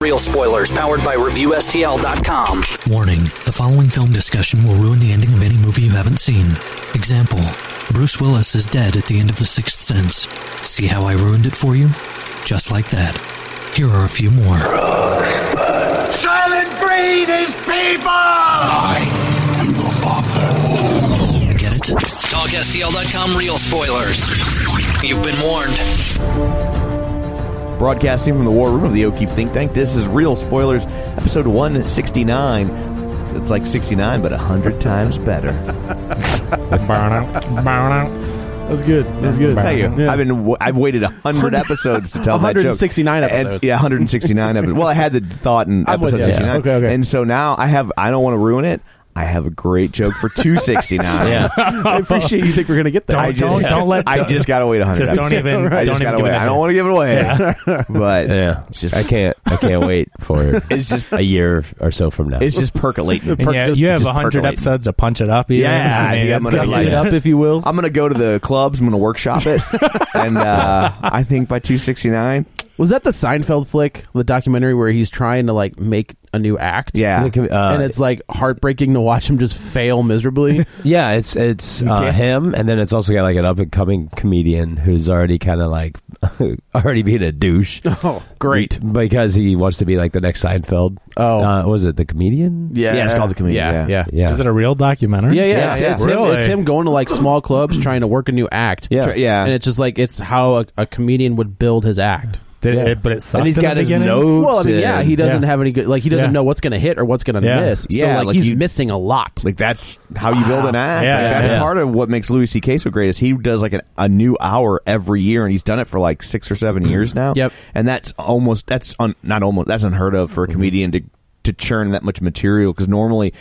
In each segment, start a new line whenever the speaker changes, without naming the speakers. Real spoilers powered by ReviewSTL.com.
Warning the following film discussion will ruin the ending of any movie you haven't seen. Example Bruce Willis is dead at the end of The Sixth Sense. See how I ruined it for you? Just like that. Here are a few more.
Silent breed is people!
Get it?
TalkSTL.com real spoilers. You've been warned.
Broadcasting from the war room of the O'Keefe Think Tank, this is Real Spoilers, episode 169. It's like 69, but 100 times better.
That was good. That was good.
Thank you.
Yeah.
I've been w- I've waited 100 episodes to tell that joke.
169
And-
episodes.
yeah, 169 episodes. Well, I had the thought in
I'm with
episode
you.
69.
Yeah. Okay, okay.
And so now I have I don't want to ruin it. I have a great joke for 269.
I appreciate you think we're gonna get there.
Don't-
I just,
don't let-
I just gotta wait 100.
Just don't
episodes.
even-
I
don't
just
even
gotta
give
wait.
it
I don't
away.
want to give it away. But
Yeah,
it's just
I can't. I can't wait for
It's just
a year or so from now.
it's just percolating.
And yeah,
Just-
you have
just
hundred
percolating.
episodes to punch it up. even.
Yeah, I think I'm
it's
gonna
got-
like
it up, if you will.
I'm gonna go to the clubs. I'm gonna workshop it, and uh, I think by 269,
Was that the Seinfeld flick, the documentary where he's trying to like make a new act?
yeah,
Look at me, uh,
and it's like heartbreaking to watch him just fail miserably.
yeah, it's it's uh,
can't-
him, and then it's also got like an up and coming comedian who's already kind of like already being a douche.
oh, great!
because he wants to be like the next Seinfeld.
Oh.
uh, was it the comedian?
Yeah,
Yeah, it's called The Comedian,
Yeah,
yeah.
yeah,
Yeah.
Is it a real documentary?
Yeah, yeah,
Yeah,
it's,
yeah.
it's him, it's
Really?
him going to like small clubs trying to work a new act.
Yeah. Yeah.
And it's just like it's how a, a comedian would build his act.
Did,
Yeah.
It, but it sucked
and he's
in
got
the
his
beginning?
notes.
Well, I mean,
and-
yeah, he doesn't
Yeah.
have any good. Like he doesn't
Yeah.
know what's going to hit or what's going to
Yeah.
miss.
Yeah,
so like,
like
he's
you-
missing a lot.
like that's how you build an act.
Yeah,
Like,
yeah,
that's
yeah.
part of what makes Louis C.K. so great is he does like an, a new hour every year, and he's done it for like six or seven
Mm-hmm.
years now.
Yep.
and that's almost that's un, not almost that's unheard of
Mm-hmm.
for a comedian to to churn that much material because normally.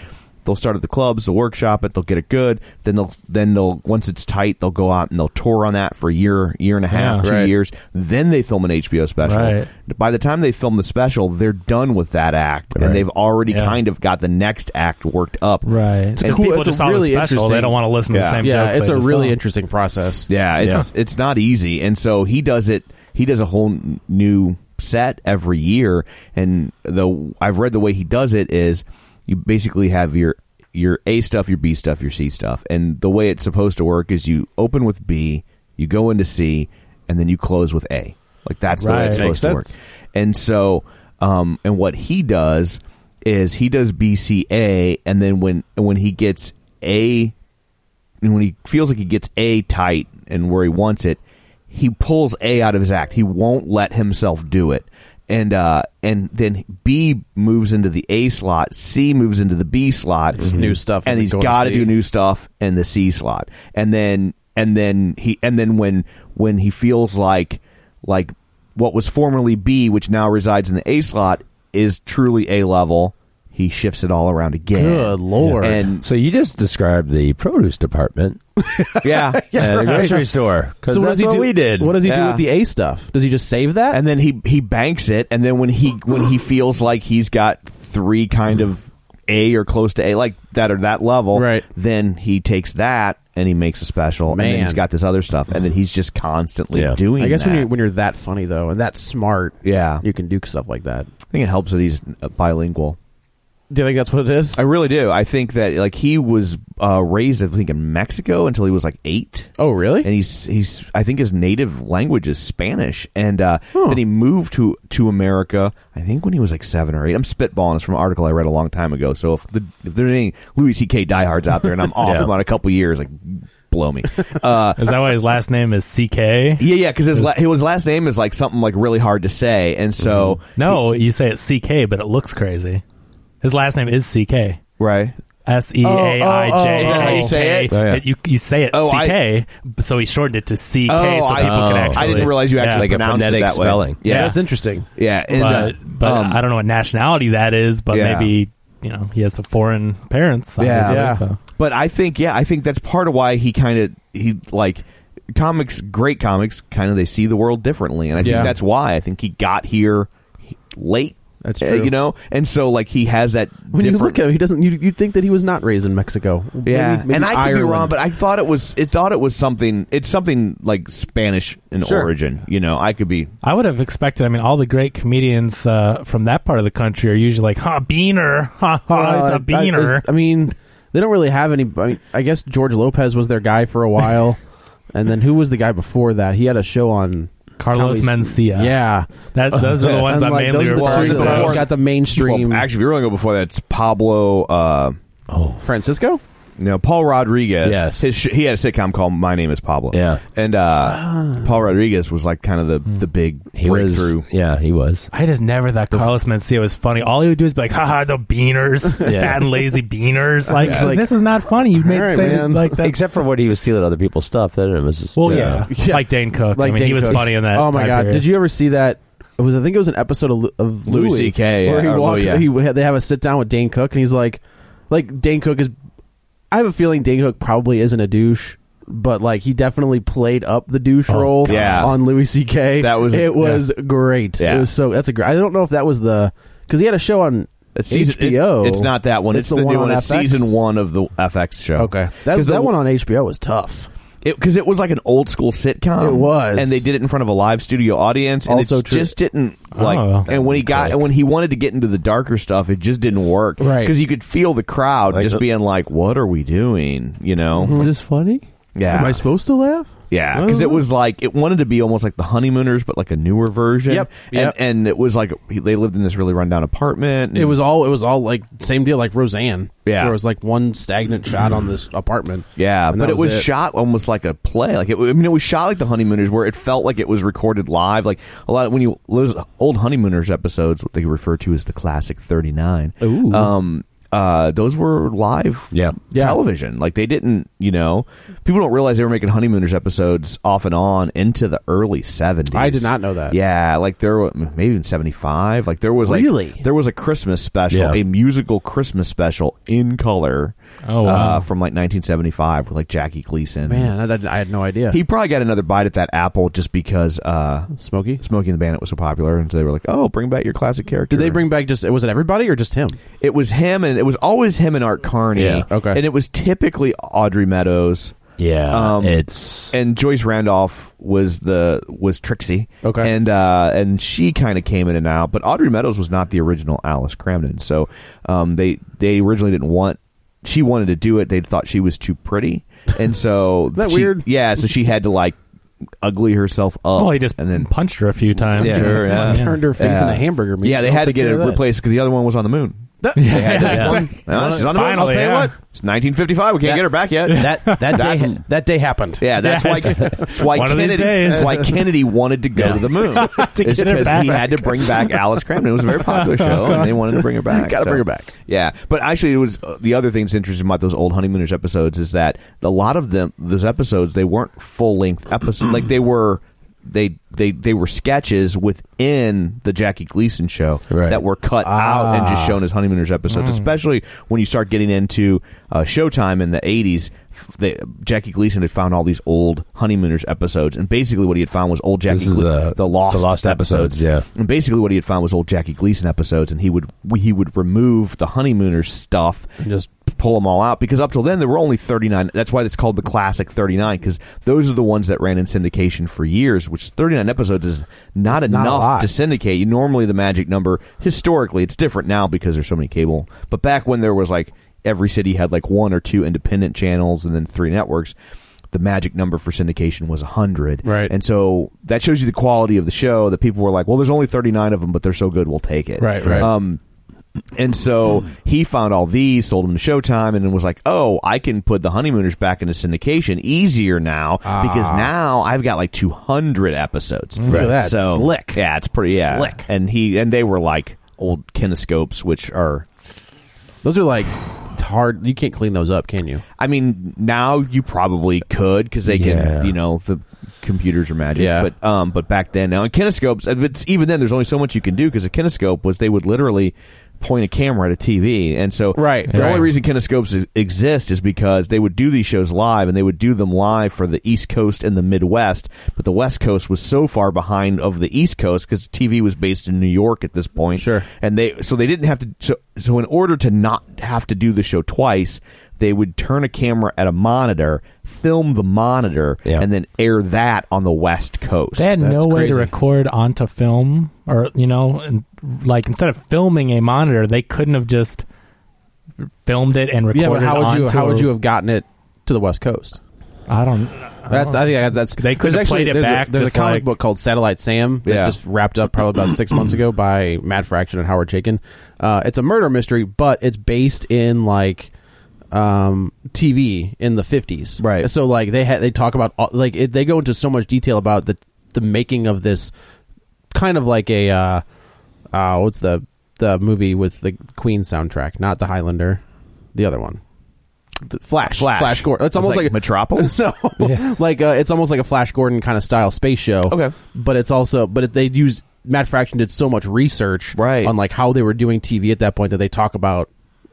They'll start at the clubs, they'll workshop it, they'll get it good. Then they'll then they'll once it's tight, they'll go out and they'll tour on that for a year, year and a half,
Yeah.
two
Right.
years. Then they film an HBO special.
Right.
By the time they film the special, they're done with that act, and
Right.
they've already
Yeah.
kind of got the next act worked up.
Right. It's
And
because
cool-
people
it's
just
a
saw
really
the special. They
interesting-
don't want to listen to
Yeah.
the same
yeah,
jokes.
it's
they
a
just
really
saw.
interesting process.
Yeah, it's it's not easy, and so he does it. He does a whole n- new set every year, and the I've read the way he does it is you basically have your your A stuff, your B stuff, your C stuff, and the way it's supposed to work is you open with B, you go into C, and then you close with A. Like that's the way it's
Right.
supposed
Makes
to work.
sense.
And so, um, and what he does is he does BCA, and then when when he gets A and when he feels like he gets A tight and where he wants it, he pulls A out of his act. He won't let himself do it. And uh, and then B moves into the A slot, C moves into the B slot,
new stuff
and
that
he's
go to
got to
C.
do new stuff in the C slot, and then and then he and then when when he feels like like what was formerly B, which now resides in the A slot, is truly A level, he shifts it all around again.
Good lord.
And
So you just described the produce department
yeah,
at a grocery store because
So what does
that's
he
what
do?
we did.
What does he do
Yeah.
with the A stuff? Does he just save that?
and then he he banks it and then when he when he feels like he's got three kind of a or close to a like that or that level
Right.
then he takes that and he makes a special and then he's
Man.
got this other stuff and then he's just constantly
Yeah.
doing
I guess when
that.
you're when you're that funny though and that smart,
yeah
you can do stuff like that.
i think it helps that he's uh, bilingual
Do you think that's what it is?
I really do. I think that like he was uh, raised, I think, in Mexico until he was like eight.
Oh, really?
And he's he's I think his native language is Spanish, and uh, then he moved to to America. I think when he was like seven or eight. I'm spitballing. It's from an article I read a long time ago. So if the if there's any Louis C.K. diehards out there, and I'm off
Yeah.
about a couple years, like blow me. Uh,
Is that why his last name is CK?
yeah, yeah, because his, la- his last name is like something like really hard to say, and so
No, you say it's CK, but it looks crazy. His last name is CK.
Right.
S E A I J.
Oh, oh, oh. Is that how you say it? Oh, yeah.
It- You, you say it
Oh, I-
CK, b- so he shortened it to CK
Oh,
so
I-
people can
oh. I
actually.
didn't realize you actually
yeah.
pronounced it that way. Yeah.
that's interesting.
Yeah, and, uh,
but but
um,
I don't know what nationality that is, but
Yeah.
maybe you know he has a foreign parents.
Yeah.
obviously,
Yeah.
so.
But I think yeah, I think that's part of why he kind of he like comics, great comics, kind of they see the world differently, and I
Yeah.
think that's why I think he got here late.
That's
uh,
true.
you know, and so like he has that
When you
different.
look at him, he doesn't. You would think that he was not raised in Mexico.
yeah,
Maybe- maybe
and I could be
Ireland.
wrong, but I thought it was it thought it was something. It's something like Spanish in
Sure.
origin. You know, I could be
I would have expected. I mean, all the great comedians uh, from that part of the country are usually like, "Ha, beaner, ha, ha,
Uh,
Oh, it's a
I- I,
beaner."
there's- I mean, they don't really have any. I, mean, I guess George Lopez was their guy for a while, and then who was the guy before that? He had a show on
Carlos
Comedy-
Mencia.
Yeah,
That, those are the ones
And,
I'm
like,
mainly
those are the
referring
two
to.
that got the mainstream.
Well, actually, if you really go before that, it's Pablo. Uh,
Francisco.
No, Paul Rodriguez.
Yes.
his sh- he had a sitcom called My Name Is Pablo.
Yeah. Hmm.
and uh, Paul Rodriguez was like kind of the the big
He
breakthrough.
was. Yeah, he was.
I just never thought Carlos Mencia was funny. All he would do is be like, haha, the beaners, fat and lazy beaners. Like,
Yeah.
this is not funny. You made
All right,
say
man.
like that.
Except for what he was stealing other people's stuff. Then it was just
well, yeah.
Yeah.
like Dane Cook. I mean,
Dane
he was
Cook.
funny in that.
Oh my
time
god!
period.
Did you ever see that? It was I think it was an episode of, Lu- of
Louis
Louis,
CK,
where
yeah,
he
or
walks.
Louis, yeah.
He they have a sit down with Dane Cook, and he's like, like Dane Cook is. I have a feeling Dane Cook probably isn't a douche, but like he definitely played up the douche role.
God. Yeah.
on Louis C.K.
That was-
it Oh, was great.
Yeah.
It was so that's a great. I don't know if that was the because he had a show on
It's season,
HBO.
it's- it's not that one. It's, the, new
on
one. It's
FX?
season one of the FX show.
Okay, that, that
Because the-
one on HBO was tough.
because it, was like an old school sitcom.
It was.
and they did it in front of a live studio audience. And
Also
it
true.
just didn't like.
Oh.
and when he got, and when he wanted to get into the darker stuff, it just didn't work.
Right.
because you could feel the crowd
Like
just
the-
being like, "What are we doing?" You know.
Mm-hmm.
Is this funny?
Yeah.
Am I supposed to laugh?
Yeah, because
Oh.
it was like it wanted to be almost like the honeymooners, but like a newer version.
Yep,
And,
yep.
and it was like he- they lived in this really rundown apartment. and-
It was all it was all like same deal like Roseanne.
Yeah.
There was like one stagnant shot on this apartment.
yeah,
And
but
that
it was
Mm. it.
shot almost like a play. Like it, I mean, it was shot like the honeymooners, where it felt like it was recorded live. Like a lot of, when you those old honeymooners episodes, what they refer to as the classic thirty nine.
Ooh.
Um, uh, those were live.
Yeah.
Yeah.
television. Like they didn't, you know, people don't realize they were making honeymooners episodes off and on into the early seventies.
I did not know that.
Yeah, like there were maybe in seventy five. Like there was like
Really?
there was a Christmas special,
Yeah.
a musical Christmas special in color.
Oh, wow.
uh, from like nineteen seventy five with like Jackie Gleason.
Man, I, didn't- I had no idea.
he probably got another bite at that apple just because uh,
Smokey.
Smokey and the Bandit was so popular, and so they were like, "Oh, bring back your classic character."
Did they bring back just was it everybody or just him?
It was him, and it was always him and Art Carney.
Yeah,
okay.
And it was typically Audrey Meadows.
Yeah,
Um,
it's
and Joyce Randolph was the was Trixie.
Okay.
and uh, and she kind of came in and out, but Audrey Meadows was not the original Alice Cramden. So um, they they originally didn't want. She wanted to do it. They thought she was too pretty, and so
that
she-
weird?
Yeah, so she had to like ugly herself up.
Well, Oh, he just
and then
punched her a few times.
Yeah, sure, yeah.
Turned her face
Yeah.
into hamburger meat.
Yeah, they
I'll
had to
take
get
care
it
of that.
replaced because the other one was on the moon.
That-
Uh, she's on the moon. I'll
Finally,
tell you
yeah.
what, it's 1955. We can't
That-
get her back yet.
That that
That's-
day that day happened.
Yeah, that's
Yeah,
why.
it's-
That's why
one of these
Kennedy.
days.
That's why Kennedy wanted to go to the moon. It's
get her
because he
back.
had to bring back Alice Cramden. It was a very popular show, and they wanted to bring her back.
Gotta bring her back.
Yeah, but actually, it was uh, the other thing that's interesting about those old honeymooners episodes is that a lot of them, those episodes, they weren't full length episodes. like they were. They, they they were sketches within the Jackie Gleason show
Right. Ah. Hmm.
that were cut out and just shown as honeymooners episodes, especially when you start getting into uh, Showtime in the '80s. they, Jackie Gleason had found all these old honeymooners episodes, and basically what he had found was old Jackie
This is
Gle-
the-
lost
the lost episodes, yeah.
and basically what he had found was old Jackie Gleason episodes, and he would he would remove the honeymooner stuff and just pull them all out because up till then there were only 39 that's why it's called the classic 39 because those are the ones that ran in syndication for years which 39 episodes is not
It's not a
enough
lot.
to syndicate you normally the magic number historically it's different now because there's so many cable but back when there was like every city had like one or two independent channels and then three networks the magic number for syndication was 100
Right.
and so that shows you the quality of the show that people were like well there's only 39 of them but they're so good we'll take it
Right, right.
um and so he found all these, sold them to Showtime, and then was like, "Oh, I can put the honeymooners back into syndication easier now because now I've got like 200 episodes."
Ah. Look at that.
So
Slick.
yeah, it's pretty yeah.
Slick.
And he and they were like old kinescopes, which are
Those are like it's hard. You can't clean those up, can you?
I mean, now you probably could because they can,
Yeah.
you know, the computers are magic.
Yeah.
But um, but back then, now in kinescopes, and it's, even then, there's only so much you can do because a kinescope was they would literally point a camera at a TV, and so
Right,
The
right.
only reason kinescopes is, exist is because they would do these shows live, and they would do them live for the East Coast and the Midwest. But the West Coast was so far behind of the East Coast because TV was based in New York at this point.
Sure.
And they so they didn't have to so so in order to not have to do the show twice, they would turn a camera at a monitor, film the monitor,
Yeah.
and then air that on the West Coast.
They had no way
crazy.
to record onto film, or you know, and, like instead of filming a monitor, they couldn't have just filmed it and recorded.
yeah, but how would you
onto
how would
a-
you have gotten it to the West Coast?
I don't.
That's I think I- that's
They could have
there's
played it
there's
back
A, there's a
just
comic
like-
book called Satellite Sam that
Yeah.
just wrapped up probably about six months ago by Matt Fraction and Howard Chaykin. Uh, it's a murder mystery, but it's based in like um, TV in the fifties,
Right.
So like they ha- they talk about all, like it, they go into so much detail about the the making of this kind of like a uh, uh, what's the the movie with the Queen soundtrack, not the Highlander, the other one. The Flash,
Flash.
Flash Gordon. It's
I was
almost
like,
like, a
Metropolis?
No, like uh, it's almost like a Flash Gordon kind of style space show.
Okay.
but it's also but it, they use Matt Fraction did so much research
Right.
on like how they were doing TV at that point that they talk about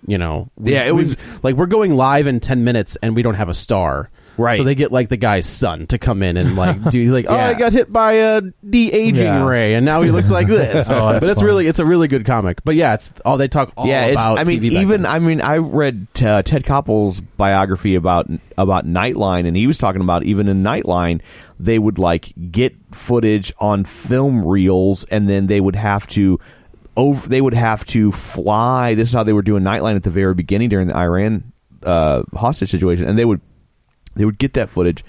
you know we-
Yeah, it
we-
was-
like we're going live in ten minutes and we don't have a star.
Right.
So they get like the guy's son to come in and like do like
Yeah.
oh I got hit by a de aging
Yeah.
ray and now he looks like this.
Oh, that's
but it's
fun.
really it's a really good comic. But yeah, it's all they talk all
yeah, it's,
about.
I mean,
TV back
even
then.
I mean, I read uh, Ted Koppel's biography about about Nightline, and he was talking about even in Nightline, they would like get footage on film reels, and then they would have to over they would have to fly. This is how they were doing Nightline at the very beginning during the Iran uh, hostage situation, and they would they would get that footage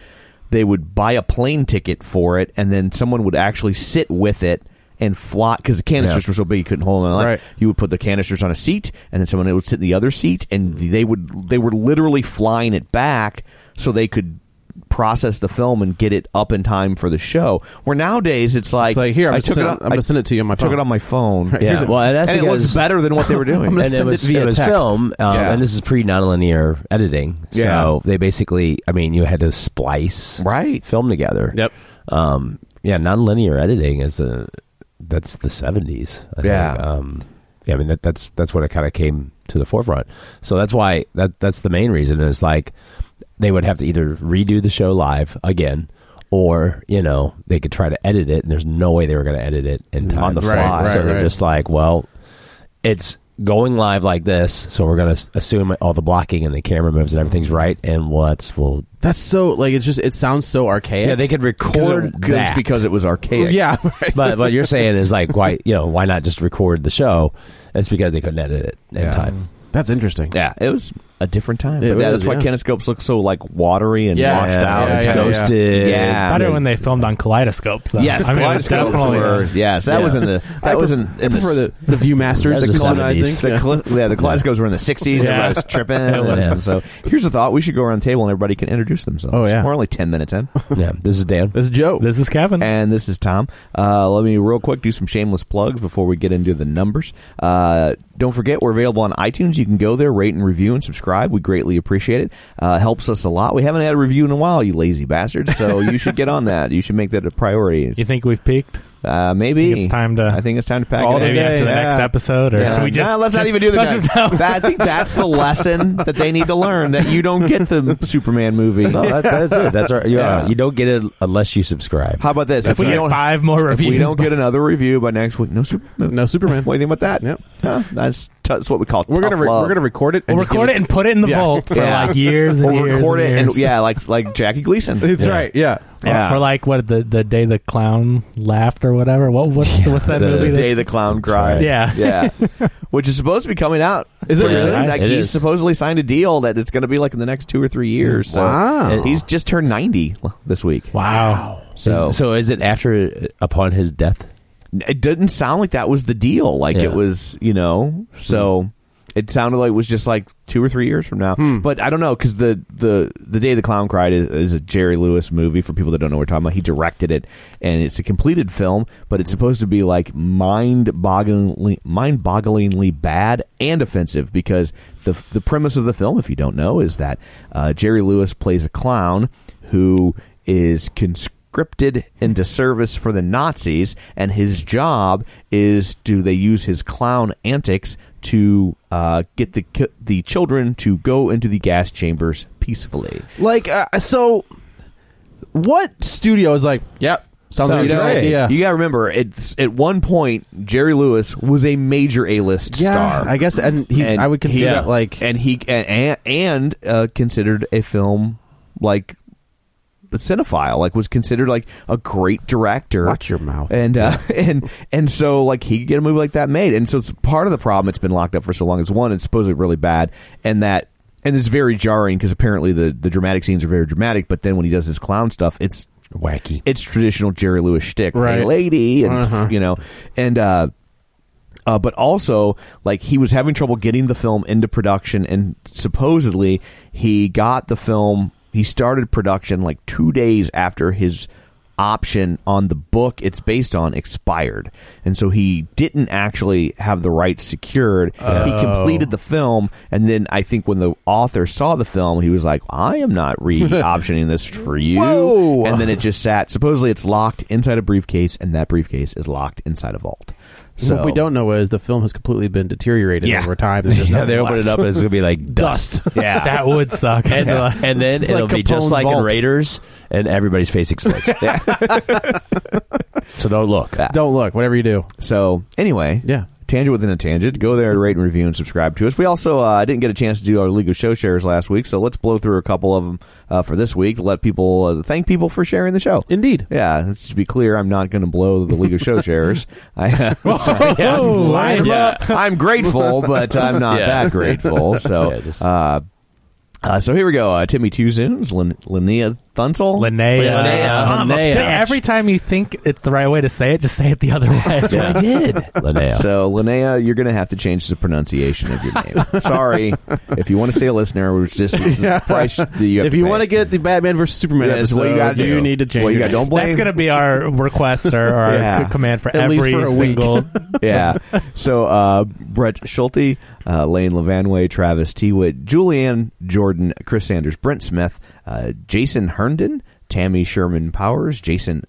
they would buy a plane ticket for it and then someone would actually sit with it and fly because the canisters were so big you couldn't hold them on
Right.
you would put the canisters on a seat and then someone would sit in the other seat and they would they were literally flying it back so they could process the film and get it up in time for the show where nowadays it's like,
It's like, here, I'm
I
gonna
took
send
it
it-
on-
I'm gonna
I
send it to you on my
took
phone.
it on my phone
Right,
here's a- Well, and that's
and it looks
because-
better than what they were doing
gonna
and it
send
was,
it via
was
text.
film, um,
Yeah.
and this is pre nonlinear editing. So
Yeah.
they basically, I mean, you had to splice
Right.
film together.
Yep.
Um, yeah, nonlinear editing is a that's the seventies.
Yeah.
Um, yeah, I mean that, that's that's when it kind of came to the forefront. So that's why that that's the main reason is like they would have to either redo the show live again. Or you know they could try to edit it, and there's no way they were going to edit it in time
On the
Right,
fly.
so
right,
they're
right.
just like, well, it's going live like this, so we're going to assume all the blocking and the camera moves and everything's right, and what's well,
that's so like it's just it sounds so archaic.
yeah, they could record
because it,
that
because it was archaic
yeah, right.
but what you're saying is like why you know why not just record the show? It's because they couldn't edit it in
Yeah.
time.
that's interesting.
Yeah, it was a different time.
It
But yeah,
was,
that's why
yeah.
kinescopes look so like watery and
Yeah,
washed
yeah,
out.
yeah,
it's
yeah.
ghosted.
Yeah.
Better when they filmed on kaleidoscopes. Though.
Yes,
I mean, it was
kaleidoscopes
definitely. uh,
were- yes, that
Yeah.
was in the that was in, in
for
the,
the the Viewmasters,
That was
the
the
Colin, I
70s.
think.
the
Yeah.
cl- yeah, the kaleidoscopes were in the sixties.
Yeah.
Everybody was tripping.
Yeah.
and so here's a thought: we should go around the table and everybody can introduce themselves.
Oh, yeah.
we're only ten minutes in,
Yeah, this is Dan.
This is Joe.
This is Kevin.
and this is Tom. Uh, let me real quick do some shameless plugs before we get into the numbers. Uh, don't forget we're available on iTunes. You can go there, rate and review, and subscribe. We greatly appreciate it. Uh, helps us a lot. We haven't had a review in a while, you lazy bastards. So you should get on that. You should make that a priority.
you think we've peaked?
Uh, maybe
it's time to.
I think it's time to pack
All
it
maybe
up.
after the
Yeah.
next episode, or
Yeah.
so we just
Nah, let's not
just-
even do the
let's
guys.
just- no.
That- I think that's the lesson that they need to learn that you don't get the Superman movie.
No, that, that's it. That's our, you,
Yeah.
you don't get it unless you subscribe.
How about this?
If we
you
get
don't,
five more
if
reviews,
we don't
by-
get another review by next week, no Superman.
No Superman.
What do you think about that?
Yep.
Huh? That's, that's what we call.
We're gonna
tough
re-
love.
we're gonna record it.
we'll
just give
record it and put it in the
Yeah.
vault for
Yeah.
like years and
We'll
years.
record
and
it and
years.
yeah, like like Jackie Gleason.
It's right. Yeah.
Yeah.
Or, or like what the the day the clown laughed or whatever. What what's what's that
the
movie?
the day
that's-
the clown cried.
right.
Yeah.
yeah. Which is supposed to be coming out. Is
it
pretty
really?
soon. Like,
It
he
is.
supposedly signed a deal that it's going to be like in the next two or three years. So
Wow.
And he's just turned ninety this week.
wow.
So
Is- so is it after upon his death?
it didn't sound like that was the deal. Like
Yeah.
it was, you know. So it sounded like it was just like two or three years from now. But I don't know because the the the day the clown cried is, is a Jerry Lewis movie. For people that don't know what we're talking about, he directed it, and it's a completed film. But it's supposed to be like mind bogglingly mind bogglingly bad and offensive because the the premise of the film, if you don't know, is that uh, Jerry Lewis plays a clown who is conscripted into service for the Nazis, and his job is do they use his clown antics to uh, get the ki- the children to go into the gas chambers peacefully?
Like uh, so, what studio is like? Yep. Sounds like a
you,
great idea.
you gotta remember, it's, at one point Jerry Lewis was a major A list
yeah.
star.
I guess, and, he,
And
I would consider
he-
that like
and he and and uh, considered a film like the cinephile like was considered like a great director
Watch your mouth.
and uh, and and so like he could get a movie like that made and so it's part of the problem it's been locked up for so long is one it's supposedly really bad and that and it's very jarring because apparently the the dramatic scenes are very dramatic but then when he does this clown stuff it's
Wacky.
it's traditional Jerry Lewis shtick, Hey,
Right.
lady, and
Uh-huh.
you know, and uh, uh, but also like he was having trouble getting the film into production, and supposedly he got the film. He started production like two days after his option on the book it's based on expired, and so he didn't actually have the rights secured.
Oh.
He completed the film, and then I think when the author saw the film, he was like, "I am not re-optioning this for you."
Whoa.
And then it just sat. Supposedly, it's locked inside a briefcase, and that briefcase is locked inside a vault. So
what we don't know is the film has completely been deteriorated
Yeah.
over time. There's just
Yeah,
nothing
they open
left.
it up and it's gonna be like dust.
Yeah.
That would suck.
And, and then
It's
it'll
like
be just
Capone's
like in
vault.
Raiders, and everybody's face explodes. so don't look.
Don't look. Whatever you do.
So anyway,
Yeah.
Tangent within a tangent. Go there, rate and review, and subscribe to us. We also uh, didn't get a chance to do our League of Show shares last week, so let's blow through a couple of them uh, for this week. Let people uh, thank people for sharing the show.
Indeed.
Yeah, just to be clear, I'm not going to blow the League of Show sharers. I, uh, sorry, I was
Whoa,
lying
line 'em
about- I'm grateful, but I'm not
Yeah.
that grateful. So,
Yeah, just-
uh, uh, so here we go. Uh, Timmy Tuzoons, Lin- Linnea Thunsel,
Linnea.
Linnea.
Son of a-
Linnea.
Just every time you think it's the right way to say it, just say it the other way. That's
Yeah. I did.
Linnea.
So, Linnea, you're going to have to change the pronunciation of your name. Sorry. If you want to stay a listener, we're just this is the price that you have
if you
pay.
want to get the Batman versus Superman
Yeah, that's
episode,
what you gotta do.
need to change.
Well, you gotta-
your name.
don't blame.
gonna be our request or, or our
Yeah.
quick command for
At least
every
for a week.
single.
yeah. So uh, Brett Schulte, uh, Lane Levanway, Travis Tewitt, Julianne Jordan, Chris Sanders, Brent Smith, uh, Jason Herndon, Tammy Sherman Powers, Jason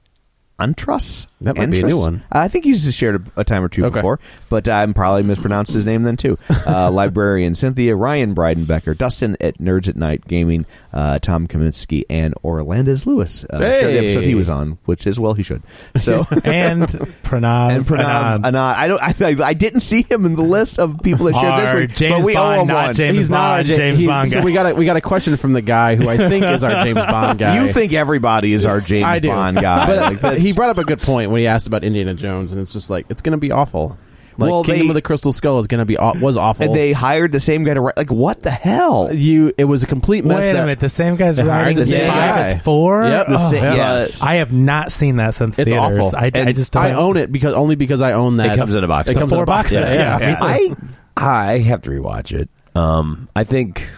Antras.
That might be a new
Antras?
one.
I think he's just shared a, a time or two
Okay.
before, but I probably mispronounced his name then too. Uh, librarian Cynthia, Ryan Breidenbecker, Dustin at Nerds at Night Gaming, uh, Tom Kaminsky, and Orlando's Lewis. Uh, shared the
Hey.
episode he was on, which is well he should. So
And Pranav.
and um, Pranav
Anand.
Anand. I don't. I, I didn't see him in the list of people that shared this
Our
week,
James
but we
Bond,
owe him
not
one.
James
he's not our
Bond,
Ja-
James
he-
Bond
So
guy.
we got a, we got a question from the guy who I think is our James Bond guy.
You think everybody is our James
I do.
Bond guy?
But uh,
Like, that's-
he brought up a good point when he asked about Indiana Jones, and it's just like it's going to be awful. Like
Well,
Kingdom
they-
of the Crystal Skull is going to be aw- was awful.
and they hired the same guy to write. Like, what the hell?
you it was a complete mess.
Wait a
that-
minute. The same guy's
They hired
writing
the
same
five
guy.
as four?
Yep, the
Oh,
same-
hell.
yes.
I have not seen that since
It's
theaters.
awful.
I, I
And
just don't.
I own it because only because I own that.
It comes in a box
It
set.
comes in
Four
a box
box
set.
set,
Yeah,
yeah. Me too.
I I have to rewatch it. Um, I think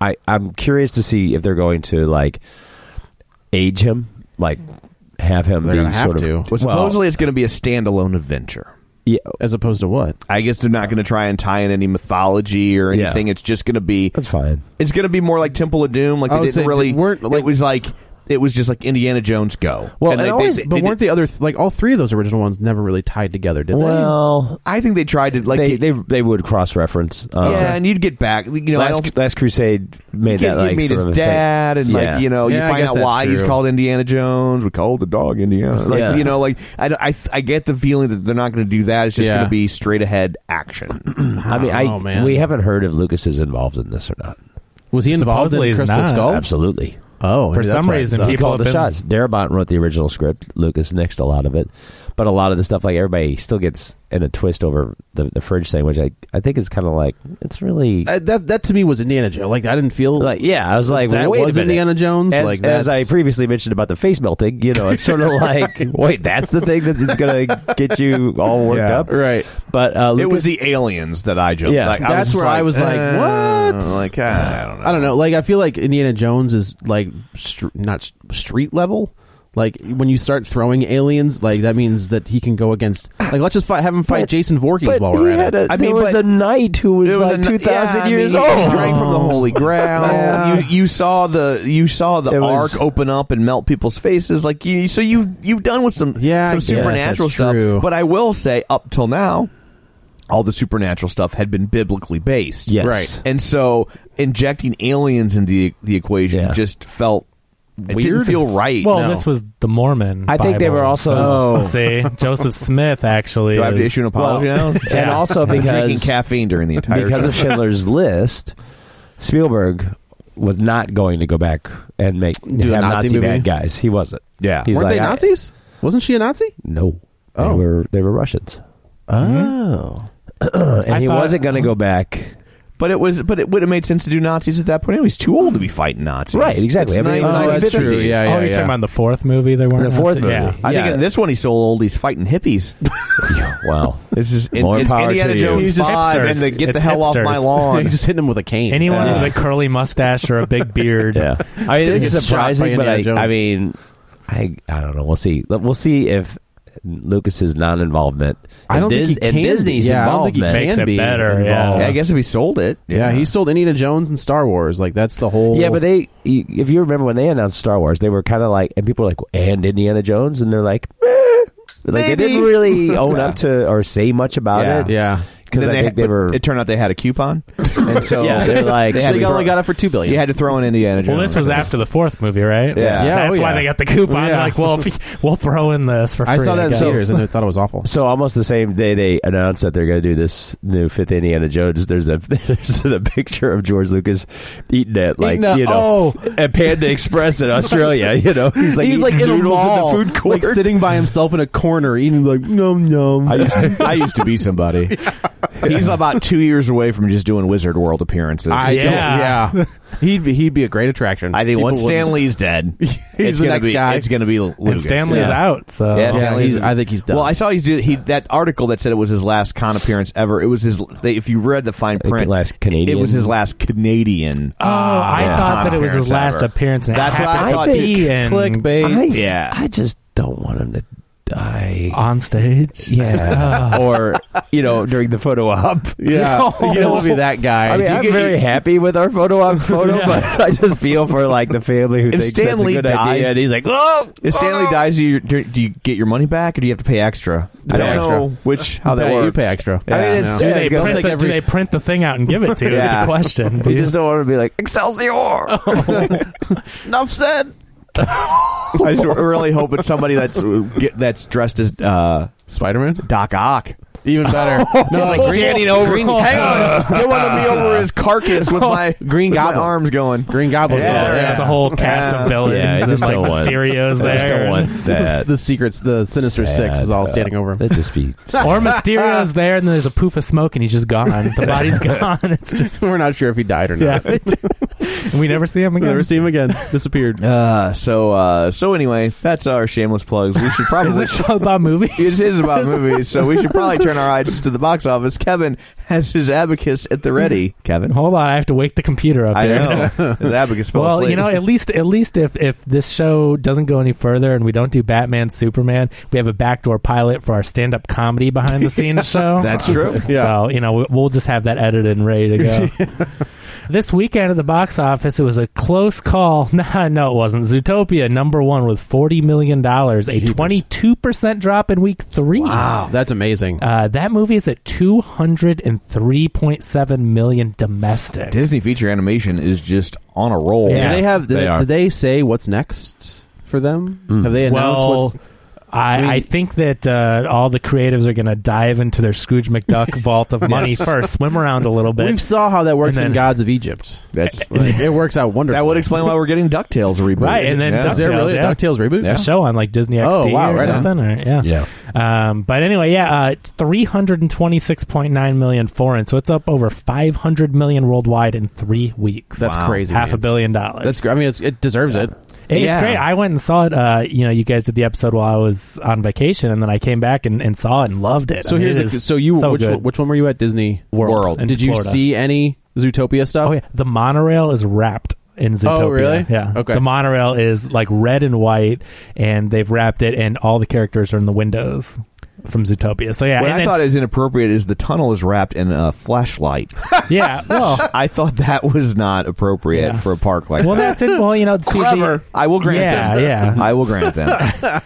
I I'm curious to see if they're going to like age him, like have him
They're
be
gonna have
sort
to.
Well,
of well,
supposedly it's going to be a standalone adventure.
yeah,
As opposed to what?
I guess they're not going to try and tie in any mythology or
Yeah.
anything. It's just going to be.
that's fine.
It's going to be more like Temple of Doom. Like
I
they
would
didn't
say
really.
they weren't,
it
like-
was like it was just like Indiana Jones go.
Well,
And
and
they-
always-
they- they
but
did-
weren't the other th- like all three of those original ones never really tied together, did
Well,
I think they tried to like uh,
they
it-
they, they would cross reference. Um,
yeah, and you'd get back. You know, I don't
Last, Last Crusade made
you,
that like
you meet
sort
his
of a thing.
dad, and
Yeah.
like you know,
Yeah, I
you find
guess
out
that's
why he's
true.
called Indiana Jones. We called the dog Indiana. Like
Yeah.
you know, like I, I, I get the feeling that they're not going to do that. It's just
Yeah.
going to be straight ahead action.
I mean, I
Oh, man.
we haven't heard if Lucas is involved in this or not.
they? Was he involved
Supposedly
in
he's
Crystal
not.
Skull?
Absolutely.
Oh,
For
that's
some
why it
reason,
sucked.
He
People
called the
have been-
shots. Darabont wrote the original script. Lucas nixed a lot of it, but a lot of the stuff, like everybody, still gets in a twist over the, the fridge thing, which I I think is kind of like it's really
Uh, that that to me was Indiana Jones. Like I didn't feel
like yeah. I was like,
that
wait a
was
minute.
Indiana Jones.
As,
like
as
that's,
I previously mentioned about the face melting, you know, it's sort of like wait, that's the thing that's going to get you all worked
Yeah.
up,
right.
But uh, Lucas,
it was the aliens that I jumped.
Yeah.
like, I
That's
was
where I was like,
eh,
what?
Like I don't know.
I don't know. Like I feel like Indiana Jones is like str- not s- street level. Like when you start throwing aliens, like that means that he can go against. Like let's just fight, have him fight
But-
Jason Voorhees
but
while
he
we're at
had
it.
a- there was a knight who was,
There was
like
a-
two thousand
yeah, I
years
mean, he
old.
drank from the holy grail.
Yeah.
You you saw the you saw the
It was-
arc open up and melt people's faces. Like you, so you you've done with some
Yeah, I
some
guess
supernatural
that's
stuff.
true.
But I will say, up till now, all the supernatural stuff had been biblically based.
Yes.
Right.
and so injecting aliens into the, the equation
Yeah.
just felt it
Weird.
Didn't feel right.
Well,
No.
this was the Mormon.
I think they
Bible,
were also-
so-
Oh.
see Joseph Smith actually.
do I have to
is-
issue an apology
Well,
now?
and also
I'm drinking
because
caffeine during the entire
because
show.
of Schindler's List, Spielberg was not going to go back and make
Do a
have
Nazi
Nazi,
movie?
bad guys. He wasn't.
Yeah.
he's
Weren't
like,
they
I-
Nazis? Wasn't she a Nazi?
no,
Oh.
they were they were Russians, Mm-hmm.
Oh,
and
I
he
thought-
wasn't going to go back.
But it was, but it would have made sense to do Nazis at that point. Anyway, he's too old to be fighting Nazis,
Right, exactly.
It's
I mean,
not-
it was
not
like
that's
even
true.
50s.
Yeah,
oh,
yeah,
you're
yeah.
talking about the fourth movie? They weren't
The
Nazi-
fourth movie.
Yeah.
I
Yeah.
think in this one he's so old he's fighting hippies.
Wow,
This is it,
More
it's
power
Indiana
to you.
Jones
He's just
five
hipsters.
and the get
It's
the hell off my
hipsters.
They
lawn.
just hit him with a cane.
Anyone
Yeah.
with a curly mustache or a big beard.
yeah. I mean,
Still
it's
gets shot by
surprising, but I,
Indiana
I
Jones.
mean, I, I don't know. We'll see. We'll see if Lucas's non-involvement.
I don't
and
think he
and
can be.
Disney's
Yeah, I don't think
involvement
he
Makes
can
it
be
better, yeah.
involved.
yeah, I guess if he sold it,
Yeah, he sold Indiana Jones and Star Wars. Like that's the whole.
Yeah, but they, if you remember when they announced Star Wars, they were kind of like, and people were like, and Indiana Jones, and they're like, eh. like they didn't really own up to or say much about
Yeah.
it.
yeah.
because
Then
I
they
think
had-
they were.
It turned out they had a coupon, and so
yeah, they're like,
They
They
had to
only
throw-
got it for two billion.
you had to throw in Indiana Jones.
Well, this was after the fourth movie, right?
Yeah.
Yeah,
That's
oh,
why
yeah.
they got the coupon.
Yeah.
Like, well, if- we'll throw in this for free.
I saw that in
guess.
theaters and I thought it was awful.
So almost the same day they announced that they're going to do this new fifth Indiana Jones, there's a there's a picture of George Lucas eating it like
Eating a-
you know
oh.
at Panda Express in Australia. You know he's like
he's
eating
like in a
noodles
mall,
in the food court.
like sitting by himself in a corner, eating like num num.
I used, to, I used to be somebody. He's about two years away from just doing Wizard World appearances.
I
Yeah.
don't, yeah. he'd be, he'd be a great attraction.
I think
People
once
would-
Stan Lee's dead, it's
the
gonna
next
be,
guy.
It's going to be Lucas.
And Stanley's
Yeah.
out, so
Yeah,
Yeah,
Stanley's-
he's- I think he's done.
Well, I saw he's do he that article that said it was his last con appearance ever. It was his they, if you read the fine
Like
print,
the last Canadian?
It was his last Canadian.
Oh, I
yeah.
thought that it was his
Appearance
last
ever.
appearance. And it
That's what I
happened to
thought,
be
too.
in-
I,
clickbait.
Yeah.
I just don't want him to die.
on stage.
yeah, or you know during the photo op.
yeah,
No.
you don't want to be that guy.
I mean,
You
I'm
get-
very happy with our photo op photo, but I just feel for like the family who
If
thinks that's a
Stanley
good
dies-
idea, and he's like, "Oh,
If Stanley
oh, no."
dies, do you, do you get your money back, or do you have to pay extra? I
Pay
don't
extra.
know which how that
Pay-
works.
you pay extra.
I mean,
Yeah,
it's,
no.
Do
Yeah,
they,
it's gonna
print
take
the,
every-
do they print the thing out and give it to you? Is
Yeah.
the question.
We
dude.
just don't want to be like Excelsior.
Enough said.
I just really hope it's somebody that's uh, get, that's dressed as uh,
Spider Man,
Doc Ock.
even better. no, like Green-
standing over. Hang on, they want to be over his carcass with my
Green
with my
Goblin.
arms going.
Green Goblin.
Yeah,
Yeah,
yeah.
It's a whole cast
Yeah.
of villains
Yeah, I
and
just
like
don't want-
Mysterios
I
there.
just don't want
The,
that.
the secrets, the Sinister Six is all
Sad.
standing over him.
That'd just be sad.
Or Mysterio's there, and then there's a poof of smoke, and he's just gone. The body's gone. It's just
We're not sure if he died or
yeah.
not.
and we never see him
We
again.
never see him again. Disappeared.
Uh, so uh, so anyway, that's our shameless plugs. We should
Is
probably
this show about movies?
It is about movies, so we should probably turn our eyes to the box office. Kevin has his abacus at the ready. Kevin,
Hold on, I have to wake the computer up.
I
here.
know his abacus fell
Well,
asleep.
you know, at least at least if if this show doesn't go any further and we don't do Batman Superman, we have a backdoor pilot for our stand up comedy behind the scenes show.
that's true.
So you know we- we'll just have that edited and ready to go. this weekend at the box box office, it was a close call. Nah, no, it wasn't. Zootopia number one with forty million dollars, a twenty-two percent drop in week three.
Wow, that's amazing.
Uh, that movie is at two hundred and three point seven million domestic.
Disney feature animation is just on a roll.
Do they have? Do
They
they,
are. Hmm.
do they say what's next for them? Have they announced
Well,
what's?
I,
I mean-
I think that uh, all the creatives are going to dive into their Scrooge McDuck vault of money first, swim around a little bit.
We saw how that
and
works
then-
in Gods of Egypt.
That's
Like, it works out wonderfully.
that would explain why we're getting Ducktales reboot.
Right, and then
yeah.
Is there
DuckTales,
really a
yeah.
Ducktales reboot?
a show on like Disney XD
Oh, wow,
or
right on.
something. Or, yeah.
Yeah.
Um, but anyway, yeah, uh, 326.9 million foreign. So it's up over 500 million worldwide in three weeks.
That's Wow. crazy,
Half a
man.
billion dollars.
That's great. I mean, it's, it deserves it.
Hey, It's
Yeah.
great. I went and saw it. Uh, you know, you guys did the episode while I was on vacation, and then I came back and, and saw it and loved it.
So
I mean,
here's
it
a,
is
so you which
good.
one, which one were you at Disney
World in
Did you
Florida.
see any Zootopia stuff?
Oh yeah, the monorail is wrapped in Zootopia.
Oh,
really?
Yeah.
Okay.
The monorail is like red and white, and they've wrapped it, and all the characters are in the windows from Zootopia. So yeah,
What
and
I
then-
thought is inappropriate is the tunnel is wrapped in a flashlight.
yeah. Well,
I thought that was not appropriate for a park like
well,
that.
that's it. Well, you know, see, the-
I will grant
Yeah,
them.
yeah.
I will grant them.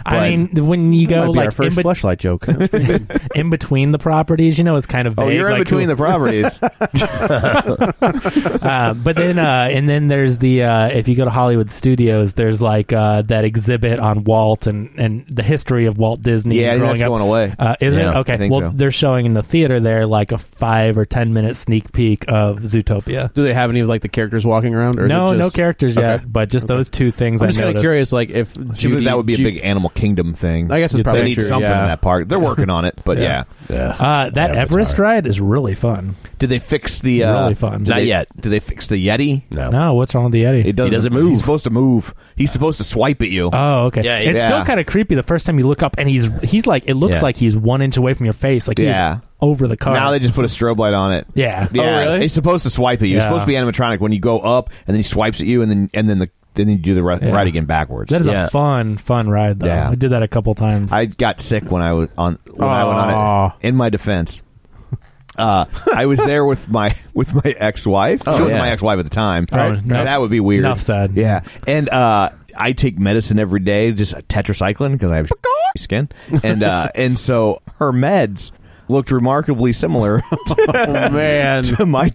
I mean, when you
That
go
might be
like
our
in,
first
bet-
flashlight joke.
in between the properties, you know, it's kind of
oh,
vague,
you're in
like,
between the properties.
uh, but then uh, and then there's the uh, if you go to Hollywood Studios, there's like uh, that exhibit on Walt and and the history of Walt Disney.
yeah, I think
growing
that's
up.
going away.
Uh, is
Yeah,
it okay?
I think
well,
so.
they're showing in the theater there like a five or ten minute sneak peek of Zootopia.
Do they have any of like the characters walking around? Or is
No,
it
no
just-
characters yet,
Okay.
but just those two things.
I'm
I
just kind of
noticed.
curious, like if
Surely
Judy-
that would be a
Ju-
big Animal Kingdom thing.
I guess it's
They
probably
need
true,
something
yeah.
in that park. They're working on it, but yeah.
Uh, that
Avatar.
Everest ride is really fun.
Did they fix the? Uh,
Really fun.
did
Not
they-
yet.
Did they fix the Yeti?
No.
No, what's wrong with the Yeti?
It doesn't,
doesn't move.
He's supposed to move. He's supposed to swipe at you.
Oh, okay.
Yeah,
it's
yeah.
still kind of creepy the first time you look up, and he's he's like it looks
Yeah.
like he's one inch away from your face, like he's
Yeah.
over the car.
Now they just put a strobe light on it.
yeah,
Yeah,
really?
he's supposed to swipe at you. It's
Oh, Yeah.
supposed to be animatronic when you go up, and then he swipes at you, and then and then the then you do the ri-
Yeah.
ride again backwards.
That is
Yeah.
a fun, fun ride though.
Yeah.
I did that a couple times.
I got sick when I was on when I went on
Aw.
it. In my defense, uh, I was there with my with my ex wife. she wasn't
yeah.
my ex wife at the time.
Oh,
Right? 'Cause
enough-
that would be weird.
enough said.
Yeah, and uh, I take medicine every day, just tetracycline because I have skin, and uh, and so her meds looked remarkably similar
Oh, man.
to my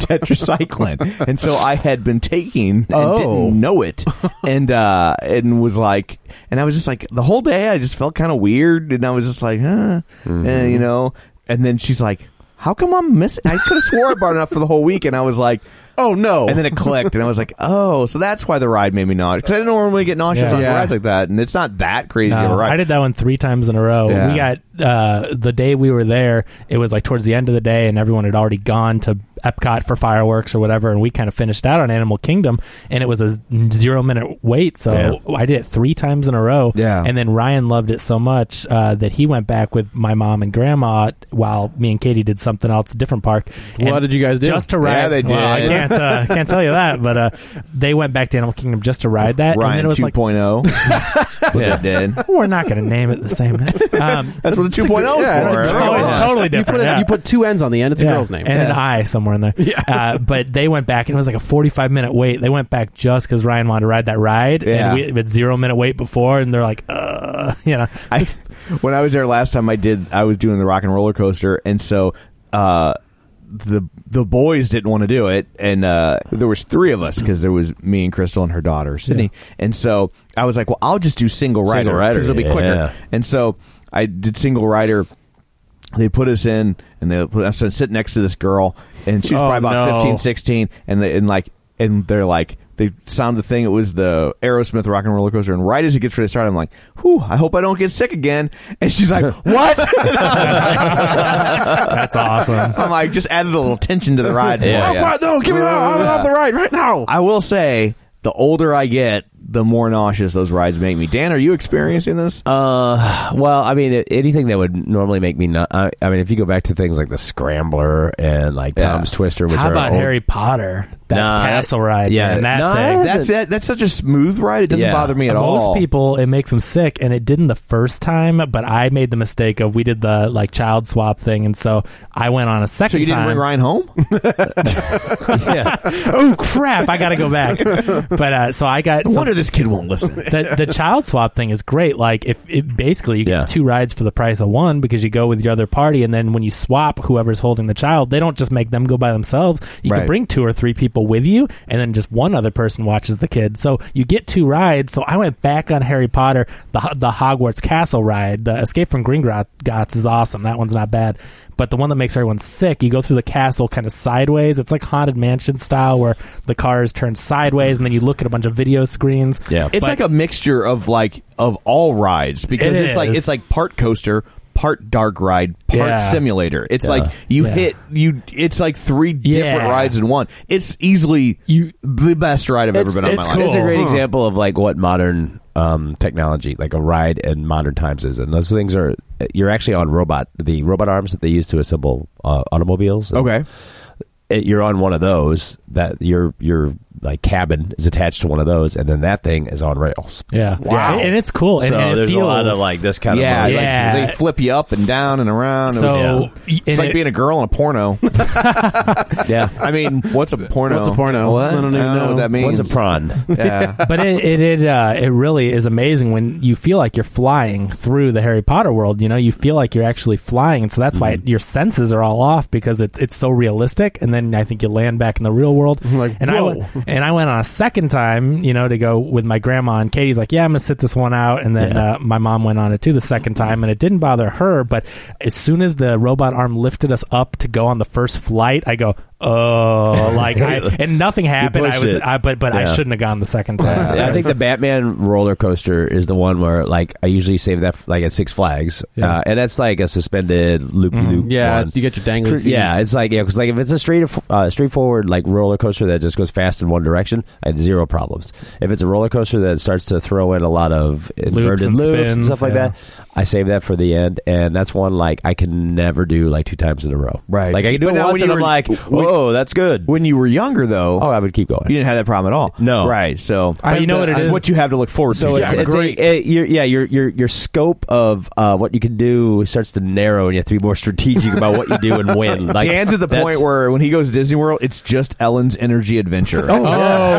tetracycline, and so I had been taking and
Oh.
didn't know it, and uh, and was like, and I was just like the whole day I just felt kind of weird, and I was just like, huh, eh, you know, and then she's like, how come I'm missing? I could have swore I bought enough for the whole week, and I was like.
Oh no!
And then it clicked, and I was like, "Oh, so that's why the ride made me nauseous." Because I didn't normally get nauseous
Yeah.
on
Yeah.
rides like that, and it's not that crazy
No,
of a ride.
Oh, I did that one three times in a row.
Yeah.
We got uh, the day we were there. It was like towards the end of the day, and everyone had already gone to Epcot for fireworks or whatever, and we kind of finished out on Animal Kingdom, and it was a zero minute wait. So
Yeah.
I did it three times in a row.
Yeah.
and then Ryan loved it so much uh, that he went back with my mom and grandma while me and Katie did something else, a different park.
What
And
did you guys do?
Just to
Yeah,
ride.
they
well, I
did.
can't uh, can't tell you that, but uh, they went back to Animal Kingdom just to ride that. and then
Ryan
it was like
2.0. What they did.
we're not going to name it the same name. Um,
That's what the 2.0 is
yeah,
for.
it's a
oh,
girl.
it's totally
you
different.
put, it-
yeah.
you put two ends on the end. It's
Yeah,
a girl's name.
and an
Yeah.
I somewhere in there. Uh, but they went back and it was like a forty-five minute wait. They went back just because Ryan wanted to ride that ride,
Yeah.
and we had zero minute wait before, and they're like, uh, you know,
I, when I was there last time, I did. I was doing the rock and roller coaster, and so uh, the the boys didn't want to do it, and uh, there was three of us because there was me and Crystal and her daughter Sydney, and so I was like, well, I'll just do single rider,
Single rider,
'cause it'll be
yeah.
quicker, and so I did single rider. They put us in, and they put us sit next to this girl, and she was
Oh,
probably about
no.
fifteen, sixteen, 15, 16, and they, and like and they're like they sound the thing. It was the Aerosmith Rock and Roller Coaster, and right as it gets ready to start, I'm like, "Whew! I hope I don't get sick again." And she's like, "What?" And
that's awesome.
I'm like, just added a little tension to the ride. Oh,
Yeah,
for
yeah.
you.
no, give me off. I'm off the ride right now.
I will say, the older I get, the more nauseous those rides make me. Dan, are you experiencing this?
Uh, well, I mean, it- anything that would normally make me not. I, I mean, if you go back to things like the Scrambler and like
Yeah.
Tom's Twister, which
How
are
about
old-
Harry Potter? That
Nah,
castle ride,
yeah,
yeah, man, that
nah,
thing.
That's that, that's such a smooth ride. It doesn't
Yeah.
bother me at
most
all.
people it makes them sick and it didn't the first time but i made the mistake of we did the like child swap thing and so i went on a second
so you didn't
time
bring Ryan home?
oh crap i gotta go back but uh so i got
No
so
wonder this kid won't listen.
the, the child swap thing is great like if it basically you get
Yeah.
two rides for the price of one because you go with your other party and then when you swap whoever's holding the child they don't just make them go by themselves you
Right.
can bring two or three people with you and then just one other person watches the kid so you get two rides so i went back on harry potter the, Ho- the hogwarts castle ride the escape from gringotts is awesome that one's not bad but the one that makes everyone sick, you go through the castle kind of sideways. It's like haunted mansion style, where the cars turn sideways, and then you look at a bunch of video screens.
Yeah.
It's
But-
like a mixture of like of all rides because
It
it's like
is.
it's like part coaster, part dark ride, part
Yeah.
simulator. It's
Yeah.
like you
Yeah.
hit you. It's like three different
Yeah.
rides in one. It's easily
You-
the best ride I've ever been on my life.
It's a
cool.
great
Huh.
example of like what modern um, technology, like a ride in modern times, is, and those things are you're actually on robot the robot arms that they use to assemble uh, automobiles. And
Okay,
it- Eh, you're on one of those that your your like cabin is attached to one of those, and then that thing is on rails.
Yeah.
Wow.
And, and it's cool. And,
so
and it
there's
feels,
a lot of like this kind
yeah,
of
like,
Yeah.
they flip you up and down and around. It was-
So y-
it's
and
like
it-
being a girl in a porno.
yeah.
I mean, what's a porno?
What's a porno?
What?
I don't even know.
what that means.
What's a prawn?
yeah.
but it it it, uh, it really is amazing when you feel like you're flying through the Harry Potter world. You know, you feel like you're actually flying, and so that's why your senses are all off because it's it's so realistic. And then I think you land back in the real world.
Like,
and I
whoa.
went, and I went on a second time, you know, to go with my grandma. And Katie's like, "Yeah, I'm gonna sit this one out." And then
Yeah.
uh, my mom went on it too the second time, and it didn't bother her. But as soon as the robot arm lifted us up to go on the first flight, I go, "Oh, like," I, and nothing happened. I
pushed
was,
it.
I, but but I
Yeah.
shouldn't have gone the second time.
I think the Batman roller coaster is the one where like I usually save that like at Six Flags, uh, and that's like a suspended loop loop.
Yeah,
one.
it's- you get your dangling.
Tr-
feet.
Yeah, Uh, it's like yeah, because like if it's a straight uh, straightforward like roller coaster that just goes fast in one direction, I had zero problems. If it's a roller coaster that starts to throw in a lot of inverted loops and,
and spins,
stuff like
yeah.
that, I save that for the end, and that's one like I can never do like two times in a row.
Right.
Like I can do
But
it
now
once,
when
and
you
I'm
were-
like,
when-
whoa, that's good.
When you were younger, though,
Oh, I would keep going.
you didn't have that problem at all.
No.
right? So
But you know what it
It's
is?
What you have to look forward
So
to.
it's,
Yeah,
it's
great.
A, it- your, yeah, your your your scope of uh, what you can do starts to narrow, and you have to be more strategic about what you do and when. Like,
Dan's at the
that's-
point where when he goes to Disney World, it's just Ellen's energy adventure.
Oh,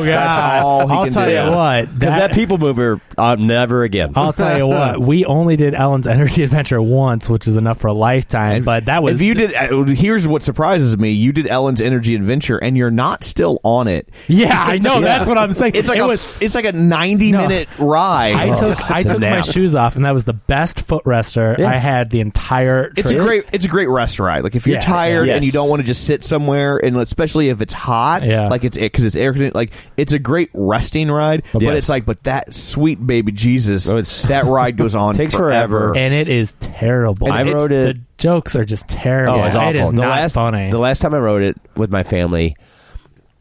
God.
That's all he
I'll
can
tell
do.
you what.
because that, people mover, uh, never again.
I'll tell you what. We only did Ellen's Energy Adventure once, which is enough for a lifetime. But that was
if you did. uh, Here's what surprises me: you did Ellen's energy adventure, and you're not still on it.
Yeah, I know. That's what I'm saying.
It's like
it
a,
was.
it's like a 90
No.
minute ride.
I took I
it's a
took my
nap.
shoes off, and that was the best foot rester I had the entire.
It's
trip.
a great it's a great rest ride. Like if you're
Yeah,
tired
yeah.
and you
Yes.
don't want to just sit somewhere, and especially if it's hot,
Yeah.
like it's because it's air conditioned. Like it's a great resting ride, but
Yes.
it's like but that sweet baby
Oh,
Jesus, that ride goes on
Takes
forever.
forever.
and it is terrible.
I
It's-
rode it-
The jokes are just terrible.
Oh, it's awful.
It is
the
not
last,
funny.
The last time I rode it with my family,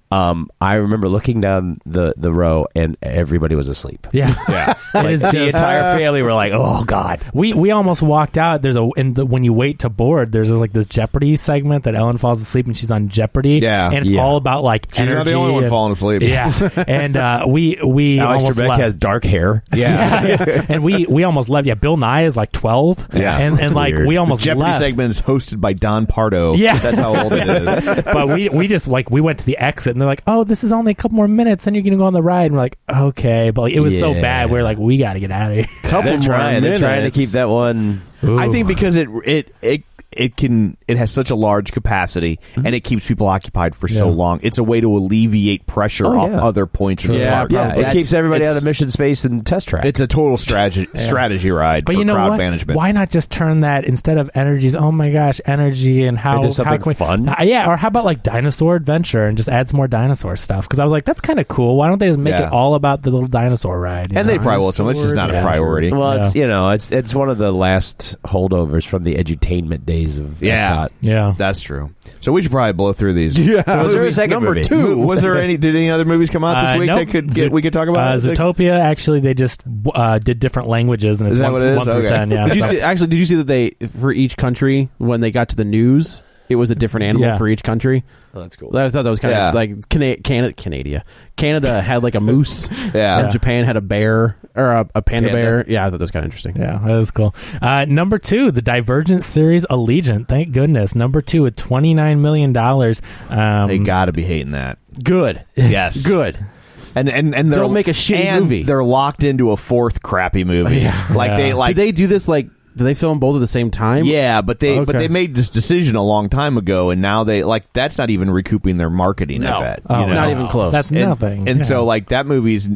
um, I remember looking down the the row, and everybody was asleep.
yeah, Uh, yeah. it is
The
just
entire family were like, "Oh God."
We we almost walked out. There's a and the, when you wait to board, there's like this Jeopardy segment that Ellen falls asleep and she's on Jeopardy.
Yeah.
and it's
Yeah.
all about like
She's not the
energy
only one
and-
falling asleep.
Yeah, and uh, we we
Alex
almost
Trebek
left.
has dark hair.
yeah.
and we we almost left. Yeah, Bill Nye is like twelve.
Yeah.
and
That's
and like
weird.
we
The
almost
Jeopardy
left.
segment is hosted by Don Pardo.
Yeah.
that's how old it is.
but we we just like we went to the exit and they're like, oh, this is only a couple more minutes, then you're gonna go on the ride. And we're like, okay, but like it was so
Yeah.
bad, we are like, we got to get out of here.
They're
more
trying. They're trying to
minutes.
keep that one.
I think because it it it it can it has such a large capacity and it keeps people occupied for so
Yeah.
long. It's a way to alleviate pressure
Oh,
off
yeah.
other points. of the
Yeah,
park.
Yeah, it
That's-
keeps everybody
it's-
out of mission space and test track.
It's a total strategy strategy ride
But
for
you know
crowd
what?
management.
Why not just turn that instead of energies? Oh my gosh, energy and how
Into something
how can we,
fun?
Uh, yeah, or how about like dinosaur adventure and just add some more dinosaur stuff? Because I was like, that's kind of cool. Why don't they just make
Yeah.
it all about the little dinosaur ride? you
And
know?
they probably will. So it's just not a
Yeah.
priority.
Well,
Yeah.
it's you know, it's it's one of the last holdovers from the edutainment days of
Yeah.
Epcot.
Yeah.
That's true. So we should probably blow through these.
Yeah.
So
Was there a
movie-
second
number
movie?
two? Was there any? Did any other movies come out this
Uh,
week
nope.
that could
Zo-
get, we could talk about?
Uh, Zootopia, actually, they just uh, did different languages, and it's
Is that
one,
what it is?
one through
Okay.
ten. Yeah,
Did you
so-
see, actually, did you see that they for each country when they got to the news, it was a different animal
Yeah.
for each country.
Oh, that's cool.
I thought that was kind
Yeah.
of like Cana- Canada, Canada, Canada had like a moose,
Yeah.
and
Yeah.
Japan had a bear or a, a panda,
Panda.
bear. Yeah, I thought that was kind of interesting.
Yeah, that was cool. Uh, number two, the Divergent series Allegiant. Thank goodness. Number two with twenty nine million dollars. Um,
they got to be hating that.
Mm. Good,
Yes.
good.
And and and they're-
Don't make a shitty
and
movie.
They're locked into a fourth crappy movie.
Yeah.
Like they
Yeah.
like
did they do this like? Did they film both at the same time?
Yeah, but they but
Okay.
they made this decision a long time ago, and now they like that's not even recouping their marketing. I
No.
bet
Oh,
you know?
not even close.
That's
and,
nothing.
And
Yeah.
so like that movie's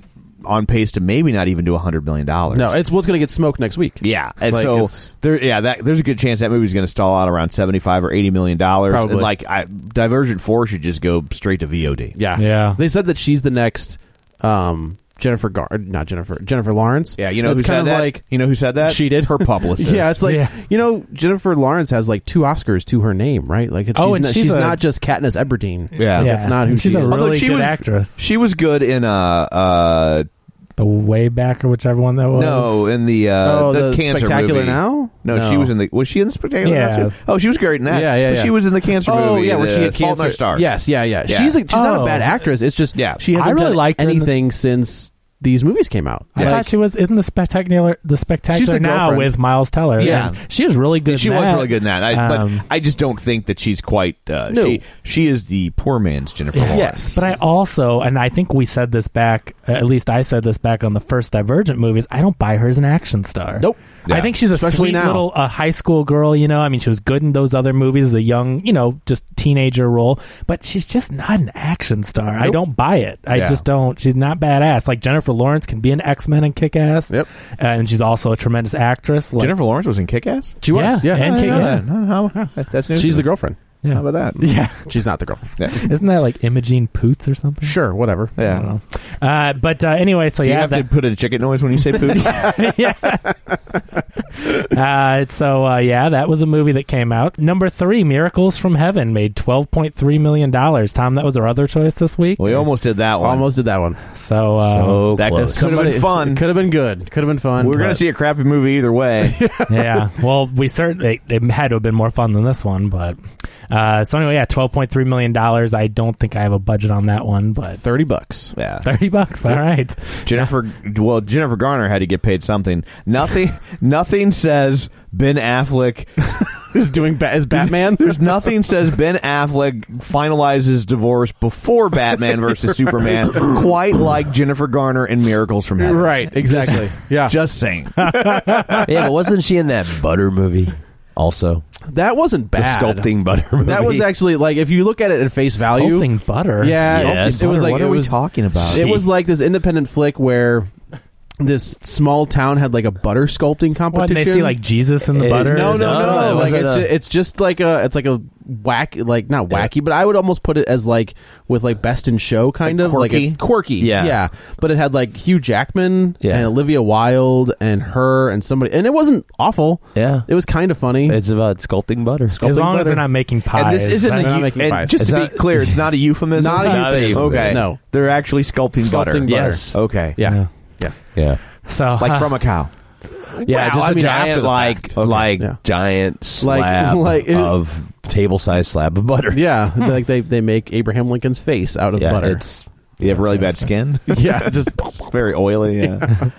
on pace to maybe not even do a hundred million dollars.
No, it's what's going to get smoked next week.
Yeah, and
Like,
so
it's-
there, yeah, that, there's a good chance that movie's going to stall out around seventy-five or eighty million dollars. And
Probably.
like, I, Divergent Four should just go straight to VOD.
Yeah.
Yeah.
They said that she's the next um, Jennifer Gar not Jennifer Jennifer Lawrence.
yeah. You know,
it's
who said
kind of
that?
like
you know who said that?
She did.
Her publicist.
yeah, it's like
Yeah.
you know Jennifer Lawrence has like two Oscars to her name, right? Like she's,
Oh, and
not,
she's
she's,
a-
not just Katniss Everdeen.
Yeah.
that's not who
she's
she
a
is.
Although
really
she
good
was-
actress.
she was good in uh uh
The way back or whichever one that was.
no in the uh
oh,
the,
the
cancer
spectacular
movie.
now.
No, she was in the was she in the spectacular
Yeah.
now too? Oh, she was great in that.
Yeah, yeah,
But
yeah.
she was in the cancer
Oh
movie.
yeah, where
the
she had
Fault in
cancer.
Our Stars.
Yes, yeah, yeah.
Yeah.
She's like she's not
Oh.
a bad actress. It's just
Yeah.
she
I
hasn't
really
done
liked her in the-
anything since these movies came out.
I
Like,
thought she was isn't the spectacular the spectacular now
girlfriend.
with Miles Teller.
Yeah.
And she was really good.
She
in
was
that.
really good in that, I,
Um,
but I just don't think that she's quite. Uh,
No.
she, she is the poor man's Jennifer Lawrence.
yes,
But I also, and I think we said this back, at least I said this back on the first Divergent movies, I don't buy her as an action star.
Nope.
I
Yeah.
think she's a
Especially
sweet
now.
little uh, high school girl, you know. I mean, she was good in those other movies as a young, you know, just teenager role, but she's just not an action star. I
Nope.
don't buy it. I
Yeah.
just don't. She's not badass. Like Jennifer Lawrence can be an X Men and kick ass.
Yep.
And she's also a tremendous actress. Like,
Jennifer Lawrence was in Kick Ass?
she was.
Yeah,
Yeah,
and
I
Kate-
know
yeah.
that.
That's new.
She's
to me.
the girlfriend.
yeah.
How about that?
Yeah.
She's not the girlfriend.
Yeah.
Isn't that like Imogene Poots or something?
Sure, whatever.
I don't know. Uh, but uh, anyway, so
Do you
yeah,
have
that,
to put in a chicken noise when you say poop?
yeah. uh, so uh, yeah, that was a movie that came out. Number three, Miracles from Heaven, made twelve point three million dollars. Tom, that was our other choice this week.
we almost did that one.
Almost did that one.
So, uh,
that
close.
could have been fun.
Could have been good. Could have been fun.
We're gonna
but-
see a crappy movie either way.
yeah. Well, we certainly it had to have been more fun than this one, but uh, so anyway, yeah, twelve point three million dollars. I don't think I have a budget on that one, but
thirty bucks.
yeah.
thirty bucks. All right.
Jennifer. Well, Jennifer Garner had to get paid something. Nothing. nothing says Ben Affleck
Is doing ba- is Batman?
There's nothing says Ben Affleck finalizes divorce before Batman versus Superman, quite like Jennifer Garner in Miracles from Heaven.
right. Exactly. yeah.
Just saying.
yeah, but wasn't she in that butter movie also?
that wasn't bad.
The sculpting butter movie.
That was actually like if you look at it at face value.
Sculpting butter.
Yeah.
Yes.
It was like
what
it
are
was-
we talking about?
It was like this independent flick where this small town had like a butter sculpting
What,
competition.
and they see like Jesus in the
Eh,
butter.
no, no,
No,
no,
it
Like
wasn't
it's
a-
just, it's just like a it's like a whack like not wacky, but I would almost put it as like with like best in show kind
Like
of like
quirky?
it's quirky.
Yeah.
yeah. But it had like Hugh Jackman
Yeah.
and Olivia Wilde and her and somebody, and it wasn't awful.
Yeah.
It was kind of funny.
It's about sculpting butter. Sculpting
As long as
butter.
they're not making pies.
and this isn't
They're
a,
not
eu-
making
and
pies.
just
It's
to
not-
be clear, it's not a euphemism.
Not a Not a euphemism.
Okay,
euphemism. No.
they're actually sculpting,
Sculpting
butter.
butter.
Yes.
Okay,
yeah.
Yeah.
Yeah.
So
like
uh,
from a cow.
Yeah,
Wow,
just
I
a
mean,
giant,
after the
like
fact. Okay.
like
Yeah.
giant slab
like it-
of table sized slab of butter.
Yeah, like they, they make Abraham Lincoln's face out of
Yeah,
butter.
it's
You have really bad skin.
yeah, just
Very oily. Yeah.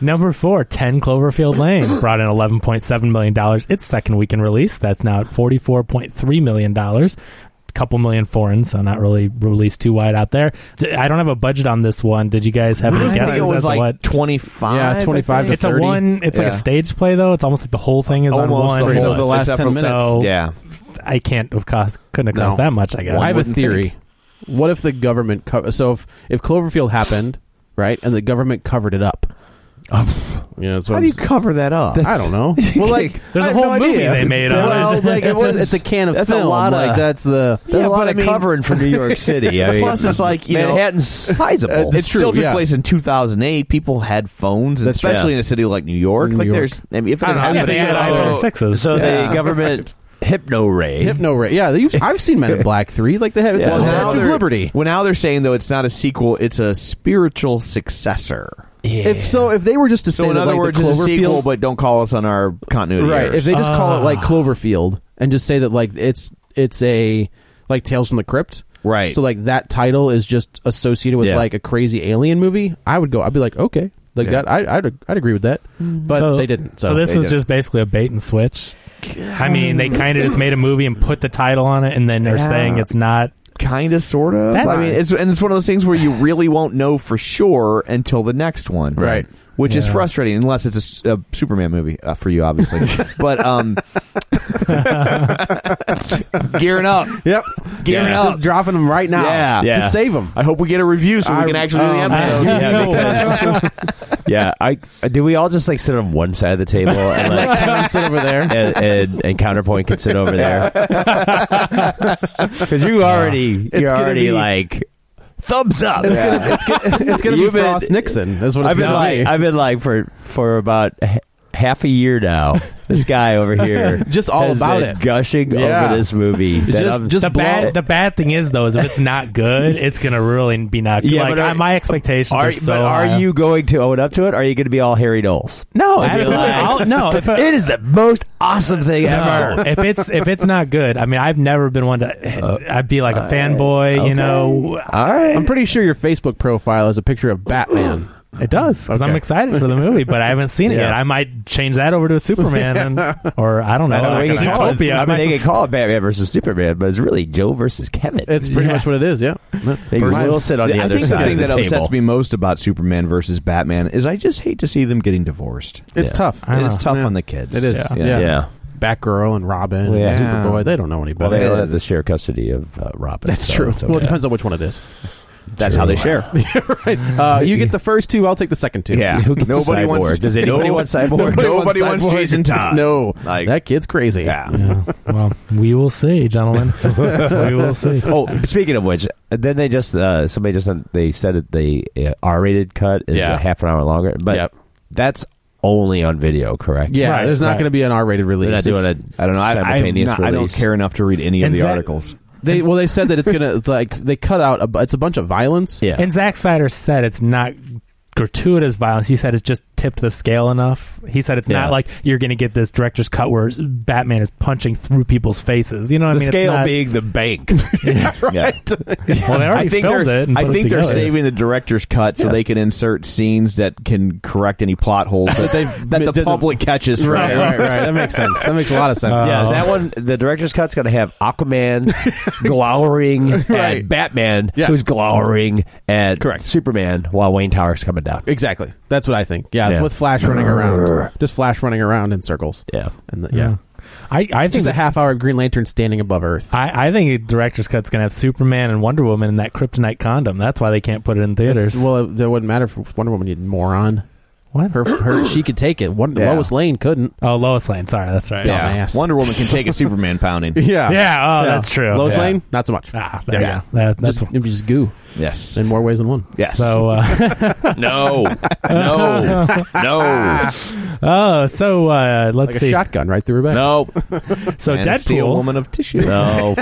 Number four, 10 Cloverfield Lane brought in $11.7 million its second week in release. That's now at $44.3 million. A couple million foreign, so not really released too wide out there. D- I don't have a budget on this one. Did you guys have any
I think
guesses
it
as
was
to
like
what?
twenty five.
Yeah, 25 to
It's a
30.
one, it's like
Yeah.
a stage play, though. It's almost like the whole thing is
Almost
on one.
the whole
the last
except
10
for-
minutes.
So
Yeah.
I can't have cost, couldn't have cost
No.
that much, I guess.
I have a
wouldn't
theory. What if the government co- so if if Cloverfield happened, right, and the government covered it up? yeah, that's what
How
I'm
do you
s-
cover that up?
I don't know. Well, like
There's
a
a whole movie they made on
Well,
it.
like it
It's
was,
a-
it's a can of
that's a
film.
lot of-
like that's the
Yeah,
There's a
but
lot
I
of
mean-
covering for New York City. I mean,
Plus, it's like, you know-
Manhattan's sizable.
Uh, It's,
true,
still took
yeah.
place in 2008. People had phones, and
That's true.
especially in a city like New York.
New
like
York.
there's, I mean, if it
I don't know.
had
I guess they
happened
had
in
iPhone
other-
sixes.
So
Yeah.
the government
Hypno Ray.
Hypno Ray. Yeah, you've- I've seen Men in Black three. Like they have it's
Yeah.
on
Well,
the
now
Statue of
they're-
Liberty.
Well, now they're saying though it's not a sequel; it's a spiritual successor.
If so, if they were just to say
So in
that,
other
like,
words,
the
it's a
Cloverfield,
sequel, but Ah. don't call us on our continuity.
right?
errors.
If they just call it like Cloverfield and just say that like it's it's a like Tales from the Crypt,
Right.
So like that title is just associated with
Yeah.
like a crazy alien movie. I would go. I'd be like, okay, like
Yeah.
that. I, I'd I'd agree with that, but
Mm. So-
they didn't. So,
So, this
they
was
didn't.
just basically a bait and switch. I mean, they kind of just made a movie and put the title on it, and then they're
Yeah.
saying it's not.
kind of, sort of.
That's-
I mean, it's and it's one of those things where you really won't know for sure until the next one,
Right.
Which is
Yeah.
frustrating, unless it's a s- a, Superman movie uh, for you, obviously. but um, gearing up.
yep,
Gearing
Yeah.
up.
just dropping them right now.
Yeah.
Yeah.
to save them.
I hope we get a review so we
I-
can actually do the
oh, man.
episode.
Yeah,
Yeah,
because-
yeah, I do. We all just like sit on one side of the table and like
Kevin, sit over there.
and, and, and counterpoint can sit over there because you already
It's
you're
gonna
already
be-
like thumbs up.
It's gonna, it's gonna, it's gonna be
You've been-
Frost Nixon. That's what it's
I've been
gonna
like
be.
I've been like for for about h- half a year now. This guy over here,
Just all
has
about
been
it.
gushing
Yeah.
over this movie. that
just
I'm-
just
the
blow-
bad, the bad thing is though, is if it's not good, it's gonna really be not good.
Yeah,
like
but are-
I- my expectations
are,
are so.
but are
uh-huh.
high.
you going to own up to it? Or are you going to be all Harry Knowles?
No,
And be
absolutely.
like,
I'll- no, if I-
it is the most awesome thing
No,
ever.
if it's if it's not good, I mean, I've never been one to.
Uh,
I'd be like a fanboy, you know.
All right.
I'm pretty sure your Facebook profile is a picture of Batman.
It does because I'm
Okay.
excited for the movie, but I haven't seen it
Yeah.
yet. I might change that over to a Superman, and, or I don't know,
Oh,
That's what
like
they
an
can call it.
Utopia.
I mean, they
might-
can call it Batman versus Superman, but it's really Joe versus Kevin.
It's pretty
Yeah.
much what it is. Yeah,
they will sit on the
I
other
think
side
the thing
of the
that
table.
upsets me most about Superman versus Batman is I just hate to see them getting divorced.
it's
Yeah.
tough.
I
It's
know.
tough on the kids.
It is.
Yeah.
Yeah.
Yeah.
Batgirl and Robin,
Yeah.
and Superboy. They don't know any
Well,
better.
they don't have the share custody of uh, Robin.
That's
so
true.
it's
Well, it
okay.
depends on which one it is.
That's how they share.
right. Uh, you get the first two. I'll take the second two.
Yeah.
Who gets the
Nobody wants-
cyborg? Does anybody
No-
want cyborg?
nobody Nobody wants wants cyborg. Jason Todd.
no,
Like-
that kid's crazy.
Yeah.
Yeah. Well, we will see, gentlemen. we will see.
oh, speaking of which, then they just uh, somebody just they said that the uh, R-rated cut is
Yeah.
a half an hour longer, but
Yep.
that's only on video, correct?
Yeah, there's not
right.
going to be an R-rated release.
They're not doing
It's-
it. I don't know. I,
I,
simultaneous
not, I don't
release.
care enough to read any of
And
the
Zach-
articles.
They well, they said that it's going to like they cut out. A, bu- it's a bunch of violence.
Yeah.
And Zack Snyder said it's not gratuitous violence. He said it's just tipped the scale enough. He said it's
Yeah.
not like you're going to get this director's cut where Batman is punching through people's faces. You know what
the
I mean? It's
scale
not-
being the bank.
Right.
well, they already
I think
filmed
they're,
it. And
I
put it
think they're
together.
saving the director's cut so they can insert scenes that can correct any plot holes that,
they've-
that the
did the-
public catches. from
Right,
there.
right, right. That makes sense. That makes a lot of sense. Uh,
Yeah, that one. The director's cut's going to have Aquaman glowering
Right.
at Batman,
Yeah.
who's glowering at
Correct.
Superman, while Wayne Tower's coming down.
Exactly. That's what I think. Yeah,
Yeah.
with Flash running around, just Flash running around in circles.
Yeah, Hmm.
And the, yeah.
I, I think
Just a half hour of Green Lantern standing above Earth.
I, I think the director's cut's gonna have Superman and Wonder Woman in that kryptonite condom. That's why they can't put it in theaters.
It's- well, that wouldn't matter for Wonder Woman. You moron.
what?
Her, her, she could take it. One,
Yeah.
Lois Lane couldn't.
oh, Lois Lane. Sorry, that's right.
Yeah. Dumbass.
Wonder Woman can take a Superman pounding.
Yeah,
Yeah, oh, that's true.
Lois
Yeah.
Lane, not so much.
Ah, there
Yeah.
you go. That, that's
Just, it'd be just goo
Yes.
in more ways than one.
Yes.
so. Uh,
no. No. No.
oh, so uh, let's
Like a
see.
shotgun right through her back.
No.
So
Man of Steel,
Deadpool,
Woman of Tissue.
no,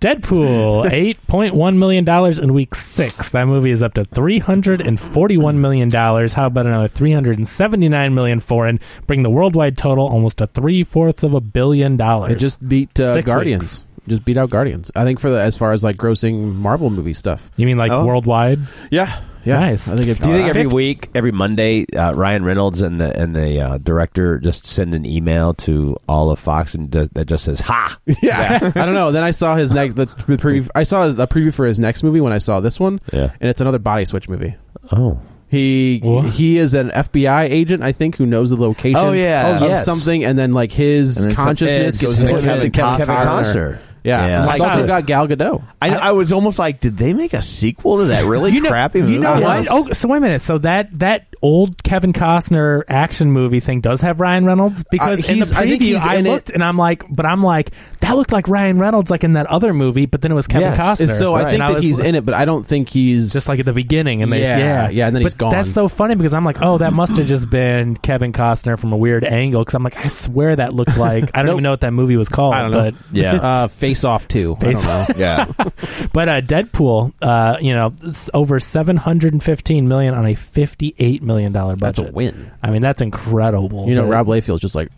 Deadpool, eight point one million dollars in week six. That movie is up to three hundred and forty-one million dollars. How about another three hundred and seventy-nine million foreign? Bring the worldwide total almost to three fourths of a billion dollars.
It just beat uh,
Six
Guardians. Just beat out Guardians. I think for the as far as like grossing Marvel movie stuff.
you mean like
Oh.
worldwide?
Yeah, yeah.
Nice.
I think it.
Do you think
Uh,
every week, every Monday, uh, Ryan Reynolds and the and the uh, director just send an email to all of Fox and does, that just says "Ha"?
Yeah. I don't know. Then I saw his next the, the preview. I saw his, the preview for his next movie when I saw this one.
Yeah.
and it's another body switch movie.
Oh,
He
What?
he is an FBI agent, I think, who knows the location.
Oh, yeah.
of
Oh, yes.
something, and then like his
And then some-
consciousness
it
gets
goes into
put
Kevin
into Kevin,
Costner.
Costner. Yeah,
Yeah.
And it's
Like-
also got Gal Gadot.
I, I was almost like, did they make a sequel to that really
You know-
crappy
you
movie?
know
Yeah.
what? Oh, so wait a minute. So that that old Kevin Costner action movie thing does have Ryan Reynolds because
Uh,
in the
he's- I think
preview
he's
I,
in it.
looked and I'm like, but I'm like, that looked like Ryan Reynolds like in that other movie, but then it was Kevin Costner.
So I
And
think that
was
he's
like-
in it, but I don't think he's
just like at the beginning, and they
Yeah,
yeah,
yeah, and then
but
he's gone.
That's so funny because I'm like, oh, that must have just been Kevin Costner from a weird angle because I'm like, I swear that looked like I don't
Nope.
even know what that movie was called.
I don't know.
But
Yeah.
uh, Face Off too.
Face
I don't know.
Yeah.
but uh, Deadpool, uh, you know, s- over 715 million on a 58 million dollar budget.
That's a win.
I mean, that's incredible.
You know,
But-
Rob Layfield's just like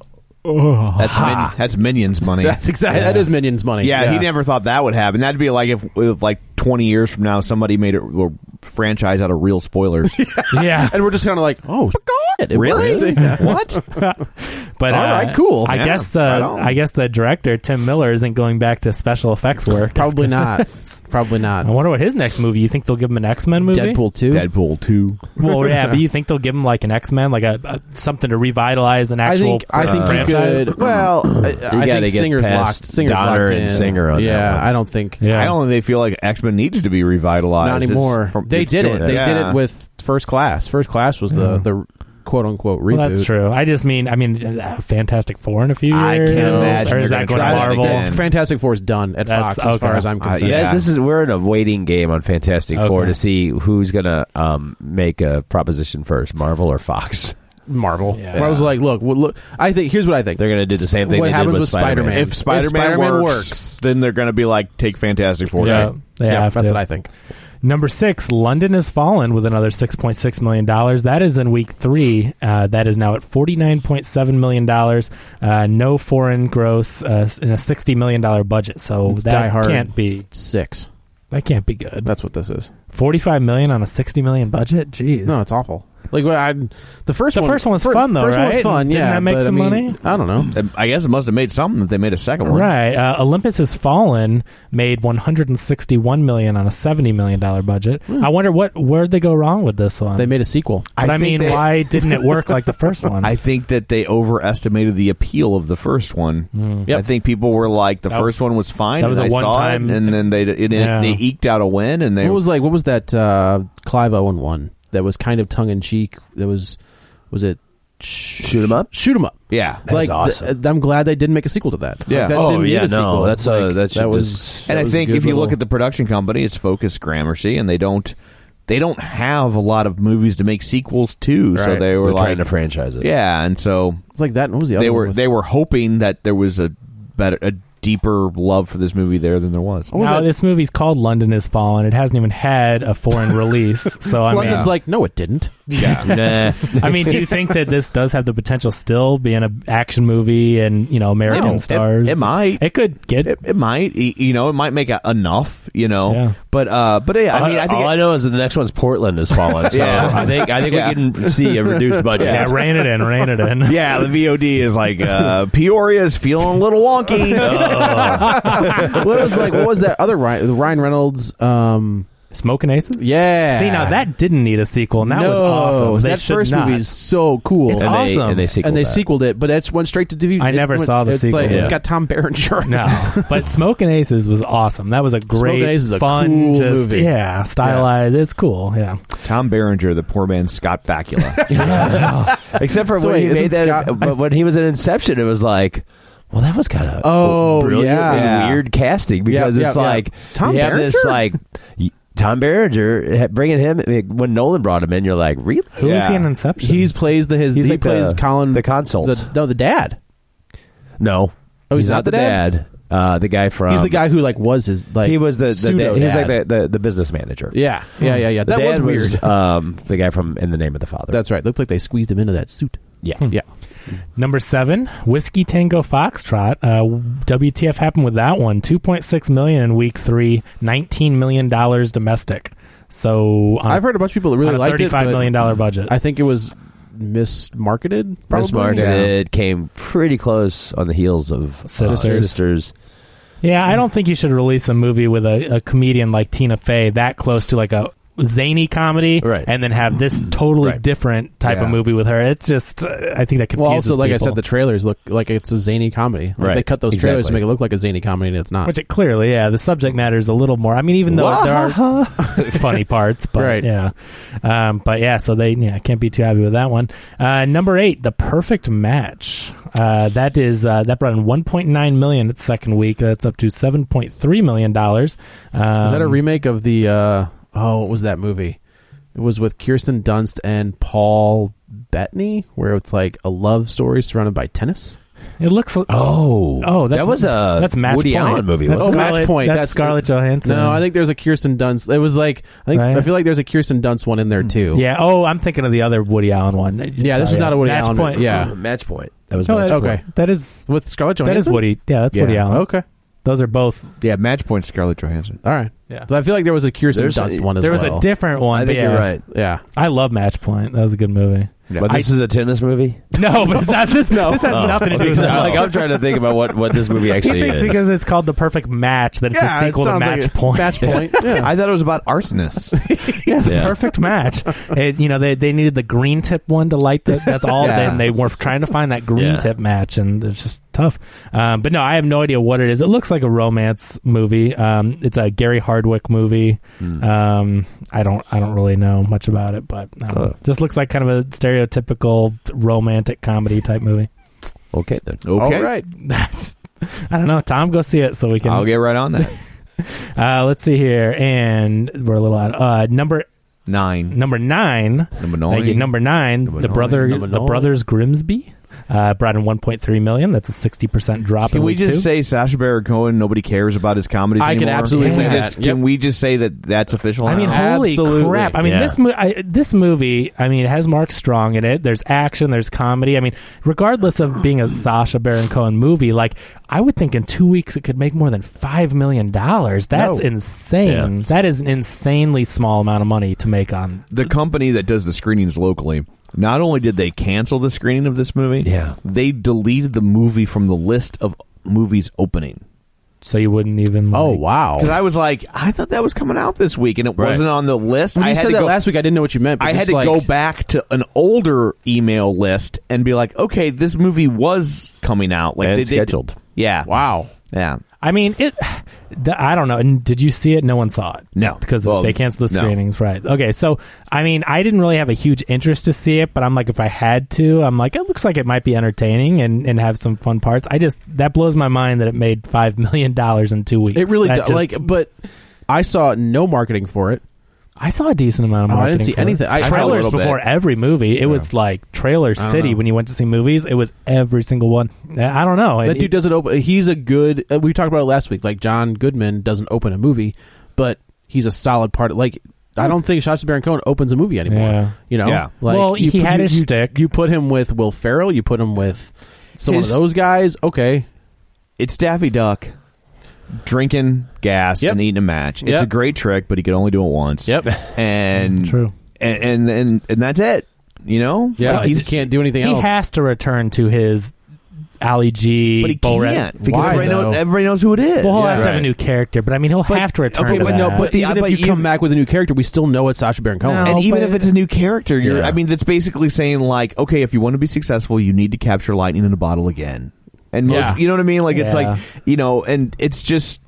That's min- Oh. that's minions money.
that's exactly that is Minions money.
yeah, he never thought that would happen. That'd be like if, if like twenty years from now somebody made a, a franchise out of real spoilers.
yeah.
And we're just kind of like, oh God, it
Really?
works.
what?
But
All
uh,
right, cool.
I
Yeah,
guess
right
uh,
on.
I guess the director Tim Miller isn't going back to special effects work.
Probably not. Probably not.
I wonder what his next movie. You think they'll give him an X Men movie?
Deadpool two.
Deadpool two.
well, yeah, but you think they'll give him like an X Men, like a, a something to revitalize an
I
actual
think I think
franchise?
you could. Well, I, Uh, I
gotta
think
get
Singer's
past
locked. Singer's
Donner
locked
and
in.
Singer on that
yeah,
one.
I don't think
Yeah.
I don't think they feel like X Men needs to be revitalized.
not
It's
anymore.
from-
they
it's
did it.
doing
They did
Yeah.
it with First Class. First Class was the the quote unquote reboot.
Mm-hmm. Well, that's true. I just mean, I mean, uh, Fantastic Four in a few years.
I can't imagine
Or is
they're gonna
that going
try
to
that
Marvel?
again.
The Fantastic Four is done at
That's-
Fox, as far
okay.
as I'm
Uh,
concerned.
yeah.
Yeah, this is we're in a waiting game on Fantastic Four
Okay.
to see who's gonna um, make a proposition first, Marvel or Fox.
Marvel.
Yeah.
Where I was like, look, well, look. I think here's what I think.
They're gonna do the same
Sp-
thing
What
they did
happens
with
with
Spider-Man.
If Spider Man
Spider-Man
works,
works.
then they're going to be like, take Fantastic Four.
Yeah.
Take-
They have
that's
to.
what I think.
Number six, London has fallen with another six point six million dollars. That is in week three. Uh, that is now at forty nine point seven million dollars. Uh, no foreign gross uh, in a sixty million dollar budget. So
It's Die
that
Hard.
can't be
Six.
that can't be good.
That's what this is.
Forty five million on a sixty million budget. Jeez.
No, it's awful. Like well, I, the first
The
one,
first one was fun, though,
First one was
right?
fun.
Didn't
yeah,
that make
but,
some
I mean,
money?
I don't know.
I guess it must have made something that they made a second one.
Right. Uh, Olympus Has Fallen made 161 million on a 70 million dollar budget. I wonder what where'd they go wrong with this one?
Um,
They made a sequel.
but I,
think
mean,
they-
why didn't it work like the first one?
I think that they overestimated the appeal of the first one.
Hmm. Yep.
I think people were like, the
That-
first one was fine.
that was
and
a
I saw
one-time-
it, and then they it, it-
Yeah.
they eked out a win, and they
what was like? What was that? Uh, Clive Owen one that was kind of tongue in cheek. That was was it? Sh-
Shoot 'em up?
Shoot 'em up.
yeah.
like
awesome.
th- I'm glad they didn't make a sequel to that.
Yeah.
Like, that
Oh,
didn't need
yeah,
a sequel.
no, that's, uh,
Like,
that should
that was
just-
that
and I
was
think
good
if you
little-
look at the production company, it's Focus Gramercy, and they don't they don't have a lot of movies to make sequels to, so
Right.
they were
We're
like,
trying to franchise it.
yeah, and so
it's like that. and What was the other?
they
one
were
with-
they were hoping that there was a better a deeper love for this movie there than there was.
was
now
that?
this movie's called London Has Fallen. It hasn't even had a foreign release. So I mean,
London's like no, it didn't.
Yeah.
I mean, do you think that this does have the potential still being an action movie and you know American
No, it-
stars?
it might.
It could get.
It, it might, y- you know, it might make a, enough, you know,
Yeah.
but uh, but yeah, I mean, I think
all I know is that the next one's Portland is falling. So
Yeah.
I think I think
Yeah.
we can see a reduced budget.
yeah, rein it in. Rein it in.
yeah, the VOD is like uh, Peoria is feeling a little wonky.
what was like? What was that other Ryan, the Ryan Reynolds? Um,
Smoking Aces.
yeah.
See, now that didn't need a sequel, and that
no,
was awesome. They
That
should
first
not.
movie is so cool.
It's
And they
Awesome.
and they sequeled
and they
that.
sequeled it, but it went straight to DVD.
I
It
never
went-
saw the
it's
sequel.
Like,
Yeah.
It's got Tom Berenger. in it.
No, but Smoke and Aces was awesome. That was a great,
and Aces is a
fun,
cool
just
movie.
yeah, stylized. It's cool. Yeah,
Tom Berenger, the poor man Scott Bakula.
Except for
So
when
wait,
he
isn't
made that,
Scott-
but when he was in Inception, it was like, well, that was kind of
Oh,
brilliant
yeah.
and weird casting because
Yep,
it's
yep,
like
yep. Tom
you have this
Berenger?
like y- Tom Berenger ha- bringing him when Nolan brought him in, you're like, really?
who was he in
Yeah.
Inception?
He's plays the his
He's
he
like
plays
the-
Colin
the consult.
The, no, the dad.
No,
Oh, he's not the dad?
Uh, the guy from
He's the guy who like was his like
he was the, the
pseudo
dad, he was like
dad.
the, the, the business manager.
yeah yeah yeah yeah
The
that was
dad
weird.
um, the guy from In the Name of the Father.
That's right. Looked like they squeezed him into that suit. Hmm.
yeah.
Yeah.
Number seven, Whiskey Tango Foxtrot. Uh, WTF happened with that one? Two point six million in week three, nineteen million dollars domestic. So on a-
I've heard a bunch of people that really
on a
liked it.
$35
but
million dollar budget.
I think it was mismarketed. Probably.
Probably.
Yeah.
It came pretty close on the heels of uh,
Sisters.
sisters.
yeah, I don't think you should release a movie with a, a comedian like Tina Fey that close to like a zany comedy,
Right.
and then have this totally
Right.
different type
Yeah.
of movie with her. It's just, uh, I think that confuses.
Well, also, like I
people.
said, the trailers look like it's a zany comedy. Like,
Right.
They cut those trailers to
Exactly.
make it look like a zany comedy, and it's not.
which it clearly, yeah, the subject matter is a little more. I mean, even though there are funny parts, but
Right.
yeah, um, but yeah, so they yeah can't be too happy with that one. Uh, number eight, the perfect match. Uh, that is uh, that brought in 1.9 million its second week. That's up to 7.3 million dollars. Um,
Is that a remake of the? Uh, oh, what was that movie? It was with Kirsten Dunst and Paul Bettany, where it's like a love story surrounded by tennis.
It looks.
Oh,
Oh, that's,
that was a
that's match
Woody
point.
Allen movie.
That's
wasn't it?
Scarlett-
Oh, Match Point,
That's,
that's-
Scarlett Johansson.
No, I think there's a Kirsten Dunst. It was like I think
Right.
I feel like there's a Kirsten Dunst one in there too.
Yeah. Oh, I'm thinking of the other Woody Allen one.
yeah. This
Sorry,
is not a Woody
match
Allen.
Point.
Ah,
Yeah,
Match point. That was
No,
match
that-
point.
Okay.
That is
with Scarlett Johansson.
that is Woody. Yeah, that's
Yeah.
Woody Allen.
Okay.
Those are both.
Yeah, match point Scarlett Johansson.
All right.
Yeah.
So I feel like there was a Kirsten
There's a-
Dunst one as
There was
well.
a different one.
I
but
think
yeah.
you're right.
yeah.
I love Match Point. That was a good movie.
But this is a tennis movie.
No, but it's not this. This has
Oh.
nothing to do
Okay,
with
so I'm
that.
Like I'm trying to think about what, what this movie
He
actually
thinks
is.
because it's called the Perfect Match that it's
Yeah,
a
it
sequel to
sounds like
Match
a-
Point.
Match point. yeah.
I thought it was about arsonists.
yeah, the
Yeah.
perfect match. It, you know, they, they needed the green tip one to light the. That's all.
Yeah.
And they were trying to find that green
Yeah.
tip match, and it's just tough. Um, but no, I have no idea what it is. It looks like a romance movie. Um, it's a Gary Hardwick movie.
Hmm.
Um, I don't I don't really know much about it, but um,
Oh.
just looks like kind of a stereotypical romantic comedy type movie.
okay then.
Okay.
All right.
That's. I don't know. Tom, go see it so we can.
I'll get right on that.
uh, let's see here, and we're a little out. Uh, number
Nine.
number nine.
Number
Thank you.
nine.
Number nine,
Number
the
nine.
brother,
Number
the
nine.
brothers Grimsby, uh, brought in 1.3 million. That's a 60 percent drop.
Can
in
we
week
just
two.
say Sasha Baron Cohen? Nobody cares about his comedies.
I can
anymore?
absolutely
Can
say
we
that.
just-
Yep.
Can we just say that that's official?
I mean,
now?
holy
Absolutely.
crap! I mean,
Yeah.
this mo- I, this movie. I mean, it has Mark Strong in it. There's action. There's comedy. I mean, regardless of being a Sasha Baron Cohen movie, like I would think in two weeks it could make more than five million dollars. That's
No.
insane. That is an insanely small amount of money to make on.
the company that does the screenings locally not only did they cancel the screening of this movie
Yeah.
they deleted the movie from the list of movies opening
So you wouldn't even. Like,
Oh wow.
because i was like i thought that was coming out this week and it
Right.
wasn't on the list
When
i
you
had
said
to
that
go,
last week, I didn't know what you meant. but
I had
just
to
like-
go back to an older email list and be like okay this movie was coming out like
And
they did-
scheduled.
yeah
Wow.
yeah
I mean, it. The, I don't know. And did you see it? No one saw it.
No.
because
Well,
they canceled the
no.
screenings. Right. Okay. So I mean, I didn't really have a huge interest to see it, but I'm like, if I had to, I'm like, it looks like it might be entertaining and and have some fun parts. I just that blows my mind that it made five million dollars in two weeks.
It really
That
does.
just-
Like, but I saw no marketing for it.
I saw a decent amount of
Oh, I
marketing.
didn't see
for it.
anything. I saw a
trailers
little bit.
before every movie. It was like Trailer City
know.
when you went to see movies. It was every single one. I don't know.
That
It-
dude doesn't open. He's a good. Uh, we talked about it last week. Like John Goodman doesn't open a movie, but he's a solid part. Of, like I don't think Sacha Baron Cohen opens a movie anymore.
Yeah.
You know.
Yeah.
Like,
Well,
you
he
put-
had
you,
his
you-
shtick.
You put him with Will Ferrell. You put him with some
His-
of those guys. Okay.
it's daffy duck drinking gas
Yep.
and eating a match it's
Yep.
a great trick but he could only do it once
Yep.
and
True.
and and and, and that's it. You know,
Yeah.
Like,
he can't do anything
he
else.
has to return to his Ali G.
but he
Bo Rep-
can't because
Why,
everybody,
though?
knows, everybody knows who it is.
Well, he'll have to have a
Right.
new character, but I mean, he'll have to return
okay,
to
but
that.
no,
uh, But
Yeah,
even
but
if you
you-
come back with a new character, we still know it's Sacha Baron Cohen.
No.
and even
but-
if it's a new character, you're.
Yeah.
I mean, that's basically saying like, okay, if you want to be successful, you need to capture lightning in a bottle again. And most,
Yeah.
you know what I mean? Like it's
Yeah.
like you know, and it's just.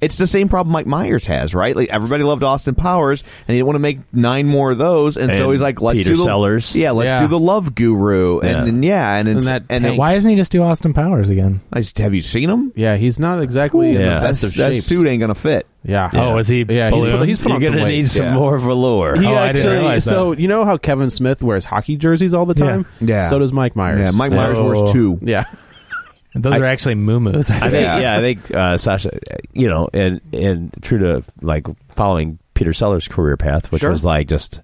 It's the same problem Mike Myers has, right? Like everybody loved Austin Powers, and he didn't want to make nine more of those, and, so
And
he's like, "Let's
Peter
do the
Sellers.
yeah, let's
Yeah.
do the Love Guru," and
Yeah.
then yeah, and it's,
that
and
tank-
it-
Why doesn't he just do Austin Powers again?
I just- have you seen him?
Yeah, he's not exactly in the
Yeah.
best
That's-
of
that
shapes.
suit ain't gonna fit.
Yeah.
Oh, is he
Yeah, he's put,
ballooned?
he's put on
You're
some
gonna
weight.
need some
yeah.
more velour.
He
Oh, I didn't
actually.
realize that.
so you know how Kevin Smith wears hockey jerseys all the
Yeah.
time.
Yeah.
So does Mike Myers.
Yeah, Mike Myers wears two.
Yeah.
Those are actually muumuus.
I think,
Yeah.
yeah, I think uh, Sasha, uh, you know, and and true to like following Peter Sellers' career path, which
Sure.
was like just,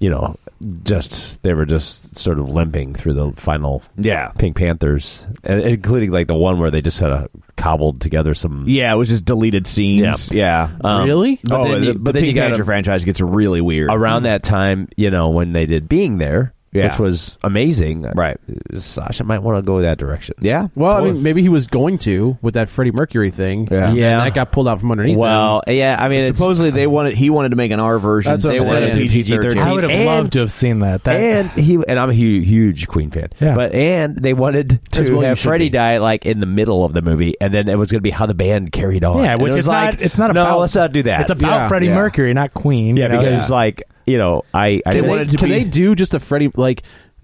you know, just they were just sort of limping through the final
Yeah.
Pink Panthers, and, including like the one where they just kind of cobbled together some.
Yeah, it was just deleted scenes. Yeah.
Um,
Really?
But
oh,
then
the,
you,
the
but then you
Pink
got
Panther franchise gets really weird.
around that time, you know, when they did Being There,
Yeah.
which was amazing.
Right.
Sasha might want to go that direction.
Yeah.
Well, I mean, maybe he was going to with that Freddie Mercury thing.
Yeah.
and
Yeah.
that got pulled out from underneath. him.
Well, yeah, I mean, it's,
supposedly they wanted he wanted to make an R version.
That's what
they
I'm
wanted
saying.
a PG
I
thirteen.
PG-13.
would have
And-
loved to have seen that. That
and he and I'm a huge, huge Queen fan.
Yeah.
But and they wanted
As
to
well you
have
should
Freddie
be.
die like in the middle of the movie, and then it was going to be how the band carried on.
yeah,
And
which
it was
is
like,
not. It's not
no.
about.
let's not do that.
It's about
Yeah,
Freddie
yeah.
Mercury, not Queen. you
yeah,
know?
because like you know, I
can,
I didn't want
they,
it to
can
be.
they do just a Freddie? Like,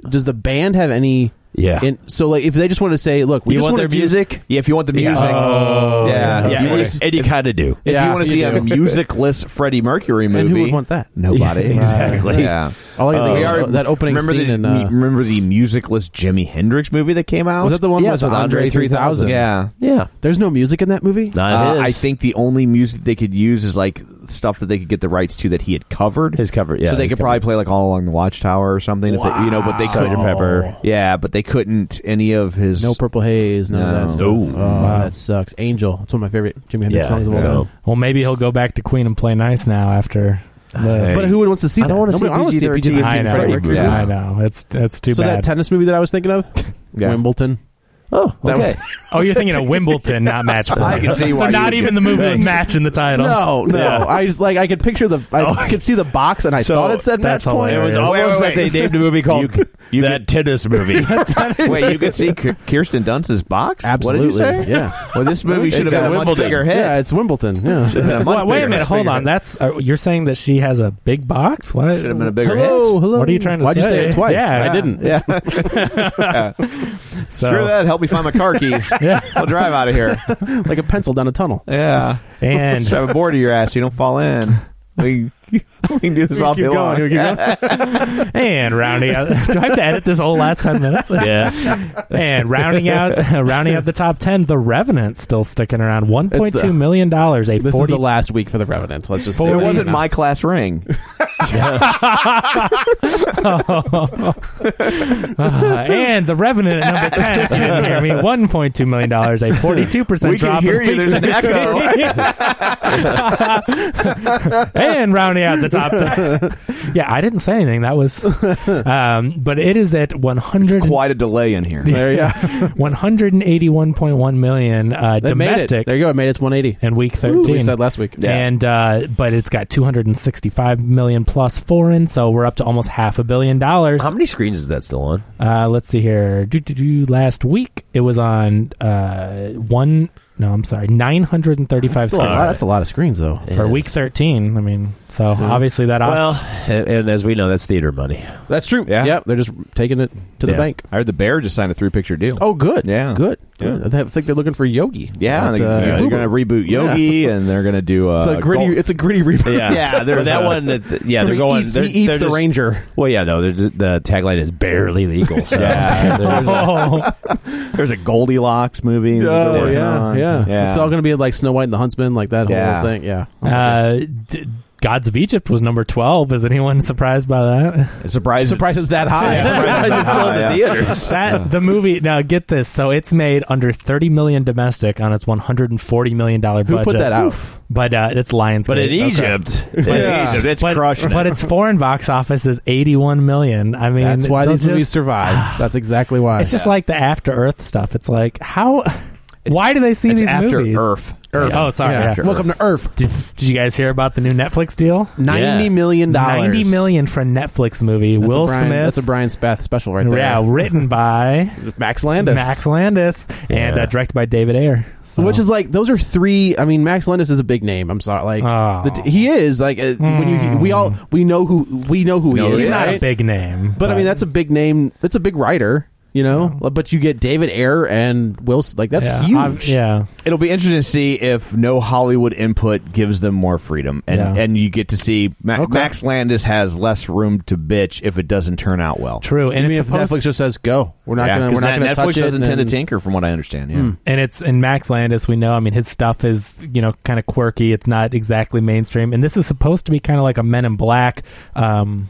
does the band have any?
Yeah.
In, so, like, if they just want to say, look, we
you
just
want
wanna
their
do-
music?
Yeah, if you want the
Yeah.
music, yeah,
yeah,
If you wanna-
it's- and you kind of do.
If
Yeah,
you want to
you
see a
do.
musicless Freddie Mercury movie,
And who would want that?
Nobody.
Yeah, exactly.
Yeah.
All I can
Uh,
think
we
of is
are-
that opening
remember
scene
The,
in, uh,
remember the musicless Jimi Hendrix movie that came out?
Was that the one
yeah,
with Andre 3000?
Yeah.
Yeah,
There's no music in that movie.
not
Uh,
his.
I think the only music they could use is like stuff that they could get the rights to that he had covered.
His cover, yeah,
So they
his
could
cover.
probably play like all along the Watchtower or something. If they, you know, but they
Sgt.
couldn't.
Pepper.
Yeah, but they couldn't any of his.
No purple haze, none
No.
of that stuff.
Ooh.
Oh, that sucks. Angel, it's one of my favorite Jimi Hendrix
Yeah,
songs of all
so-
time.
well, maybe he'll go back to Queen and play nice now after.
Hey.
The,
But who would wants to see
I don't
that?
wanna see
Nobody- I don't wanna see a
PG-13
PG-13
I know.
Freddie Mercury.
Yeah, I
Yeah.
know. It's that's too
So
bad.
that tennis movie that I was thinking of,
Yeah.
Wimbledon.
Oh, okay.
was-
oh, you're thinking of Wimbledon, not match play.
I can see
so
why you
not
would
even
get-
the movie with match in the title.
No, no.
Yeah.
I like I could picture the I, I could see the box and I
So,
thought it said
that's
match point.
hilarious.
It was
Wait,
almost
wait,
that
wait.
they named a movie called
You- you
that tennis movie.
Wait, you could see K- Kirsten Dunst's box.
Absolutely.
What did you say?
Yeah.
Well, this movie should have been a much
Wimbledon.
bigger
Yeah,
hit.
it's Wimbledon. Yeah.
Should have been a much
Wait, wait
bigger-
a minute,
much
hold
bigger
on.
hit.
That's uh, you're saying that she has a big box. What
should have been a bigger hit.
hello, hello.
What are you trying to
Why'd you
say?
say it twice?
Yeah.
I didn't.
Yeah.
So-
Screw that. Help me find my car keys. I'll drive out of here.
like a pencil down a tunnel.
Yeah.
And
Just have a board of your ass so you don't fall in. We, we can do this all day long.
and rounding out. Do I have to edit this whole last ten minutes?
yes.
and rounding out, rounding out the top ten, The Revenant still sticking around. One point
the-
two million dollars. A
This
forty.
is the last week for the Revenant. Let's just say
It
Forty-
that.
wasn't my class ring.
Uh, and The Revenant at number ten. If you didn't hear me, one point two million dollars. A forty-two percent
We can
drop.
hear
in
you. There's an
week 13. and rounding out the top ten. Yeah, I didn't say anything. That was, um, but it is at one hundred
Quite a delay in here.
There you go.
181.1 million uh,
It made it.
domestic
There you go. It made its 180.
in week
That's what
13
we said last week.
and uh, but it's got 265 million plus foreign so we're up to almost half a billion dollars
Um,
How many screens is that still on?
uh, let's see here do, do, do. last week it was on uh, one no i'm sorry 935
That's a, lot,
screens
Oh, that's a lot Mm-hmm. of screens, though.
for week 13 i mean so obviously that off-
Well, and, and as we know, that's theater money.
That's true.
Yeah.
Yep, they're just taking it to the
Yeah.
bank.
I heard the bear just signed a three picture deal.
Oh, good.
Yeah.
Good.
Yeah.
Good. I think they're looking for Yogi.
yeah.
At,
they,
uh,
are
Uber.
going to reboot Yogi and they're going to do uh,
It's a gritty.
Gold-
It's a gritty reboot.
Yeah,
Yeah, there's
But
a-
that
E
one. That, yeah, they're
He
going.
eats-
they're,
he eats
they're
the
just-
ranger.
Well, yeah, no, they're just, the tagline is barely legal. So
Yeah.
There's a-
oh,
There's a Goldilocks movie. that they're
Oh
working
yeah,
on.
yeah,
yeah.
It's all going to be like Snow White and the Huntsman, like that
Yeah.
whole thing. Yeah.
uh, d- gods of egypt was number 12 is anyone surprised by that
Surprise!
Surprise it's that high.
Surprise! it's still in the theaters.
That the movie now get this so it's made under 30 million domestic on its 140 million dollar
Who
budget
put that out?
but uh, it's Lionsgate
but in
Okay.
Egypt,
But
in
it's-
Egypt, it's
but,
crushing.
but
it.
its foreign box office is 81 million I mean
That's why
they'll
these movies
just-
survive. That's exactly why.
it's just like the after earth stuff it's like how why do they see
It's
these
after
movies
Earth.
oh sorry
Yeah.
yeah.
Welcome to Earth.
did, did you guys hear about the new Netflix deal
Ninety million dollars.
90 million for a Netflix movie
That's
Will
a Brian,
Smith
That's a Brian Spath special right there.
yeah written by
Max Landis.
Max Landis and
Yeah.
uh, directed by David Ayer. So-
Which is like those are three. I mean, Max Landis is a big name. I'm sorry, like
Oh.
the t- he is like uh, when you we all we know who we know who
No,
he is.
he's
yeah,
not
right?
a big name,
but, I mean that's a big name. That's a big writer, you know. But you get David Ayer and Wilson. Like that's
yeah, I'm-
huge.
yeah,
It'll be interesting to see if no Hollywood input gives them more freedom, and
Yeah.
and you get to see Ma-
Okay.
Max Landis has less room to bitch if it doesn't turn out well.
true. And
I mean,
it's
if
supposed,
Netflix just says go, we're not
Yeah,
gonna
'cause
we're not
that-
gonna
Netflix
touch it.
doesn't
and
tend to
then-
tinker, from what I understand. Yeah,
and it's and Max Landis. We know. I mean, his stuff is you know kind of quirky. It's not exactly mainstream. And this is supposed to be kind of like a Men in Black um,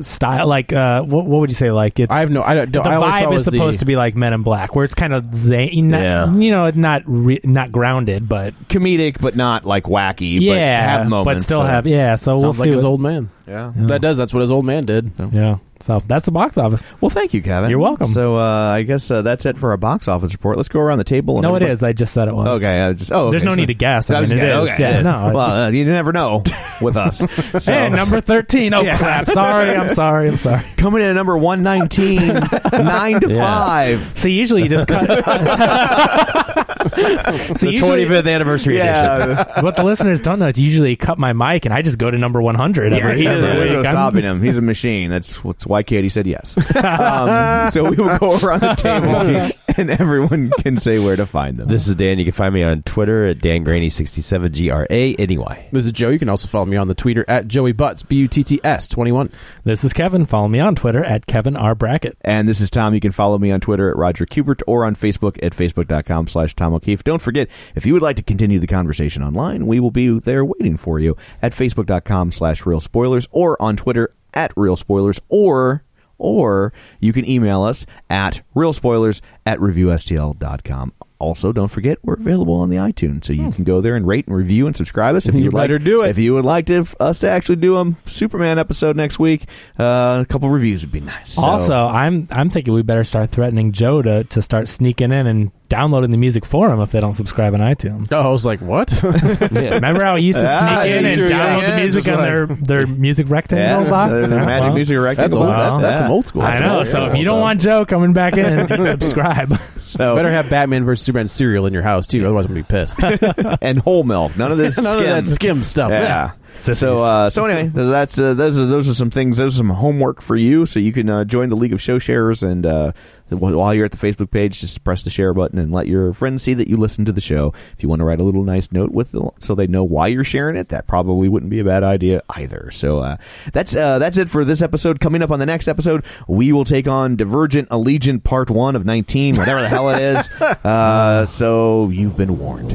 style. Like, uh, what what would you say? Like, it's
I have no. I don't.
the
I always
vibe
saw
is
as the-
supposed to be like Men in Black, where it's kind of zany, not,
Yeah.
you know, not re- not grounded, but
comedic, but not like wacky.
yeah,
but have moments.
still
so-
have yeah. So we'll
sounds
see.
like his
what-
old man.
Yeah.
That does. That's what his old man did.
yeah. So that's the box office.
Well, thank you, Kevin.
You're welcome.
So uh, I guess uh, that's it for our box office report. Let's go around the table. And
No, it
everybody-
is. I just said it was.
Okay, I just oh,
There's
okay,
no
so-
need to guess. I
was
mean,
just
it
kidding.
is. Yeah, no.
well, uh, you never know with us. So,
And Eh, number 13. Oh, crap. Sorry. I'm sorry. I'm sorry.
coming in at number one nineteen, nine to
Yeah.
five.
See, usually you just cut. See,
the
usually-
twenty fifth anniversary edition.
what the listeners don't know is usually you cut my mic and I just go to number 100
Yeah,
every,
he doesn't,
every
there's
week.
no
I'm-
stopping him. He's a machine. That's, that's why Katie said yes. Um, so we will go around the table, and everyone can say where to find them.
This is Dan. You can find me on Twitter at Dan Graney sixty seven G R A N E Y.
This is Joe. You can also follow me on the Twitter at Joey Butts B U T T S twenty one.
This is Kevin. Follow me on Twitter at Kevin R. Brackett.
Hmm. better do it.
If you would like to, us to actually do a Superman episode next week, uh, a couple reviews would be nice. So-
Also, I'm I'm thinking we better start threatening Joe to, to start sneaking in and downloading the music for him if they don't subscribe on iTunes.
Oh, I was like, what?
Remember how I used to sneak
Ah,
in
yeah,
and
sure,
download
yeah,
the music
just
on
like-
their, their music rectangle box?
the, the
Yeah,
magic
well,
music
that's
rectangle
old.
box.
That's, that's
Yeah.
some old school.
I
That's
know.
old
So
school.
if you don't want Joe coming back in, subscribe.
So
better have Batman versus Superman cereal in your house too, otherwise I'm gonna be pissed.
and whole milk. None of this
None
skim.
of that skim stuff.
Yeah.
Sissies.
So uh, so anyway, th- that's uh, those are those are some things. Those are some homework for you. So you can uh, join the League of Show Sharers, and uh, wh- while you're at the Facebook page, just press the share button and let your friends see that you listen to the show. If you want to write a little nice note with the, so they know why you're sharing it, that probably wouldn't be a bad idea either. So uh, that's uh, that's it for this episode. Coming up on the next episode, we will take on Divergent Allegiant Part One of 19, whatever the hell it is. Uh, so you've been warned.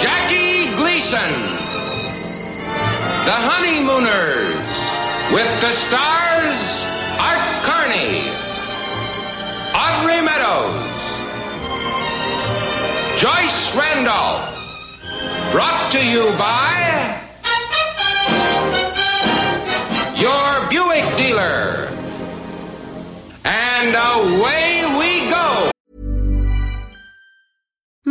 Jackie Gleason, The Honeymooners, with the stars Art Carney, Audrey Meadows, Joyce Randolph. Brought to you by your Buick dealer. And away we go.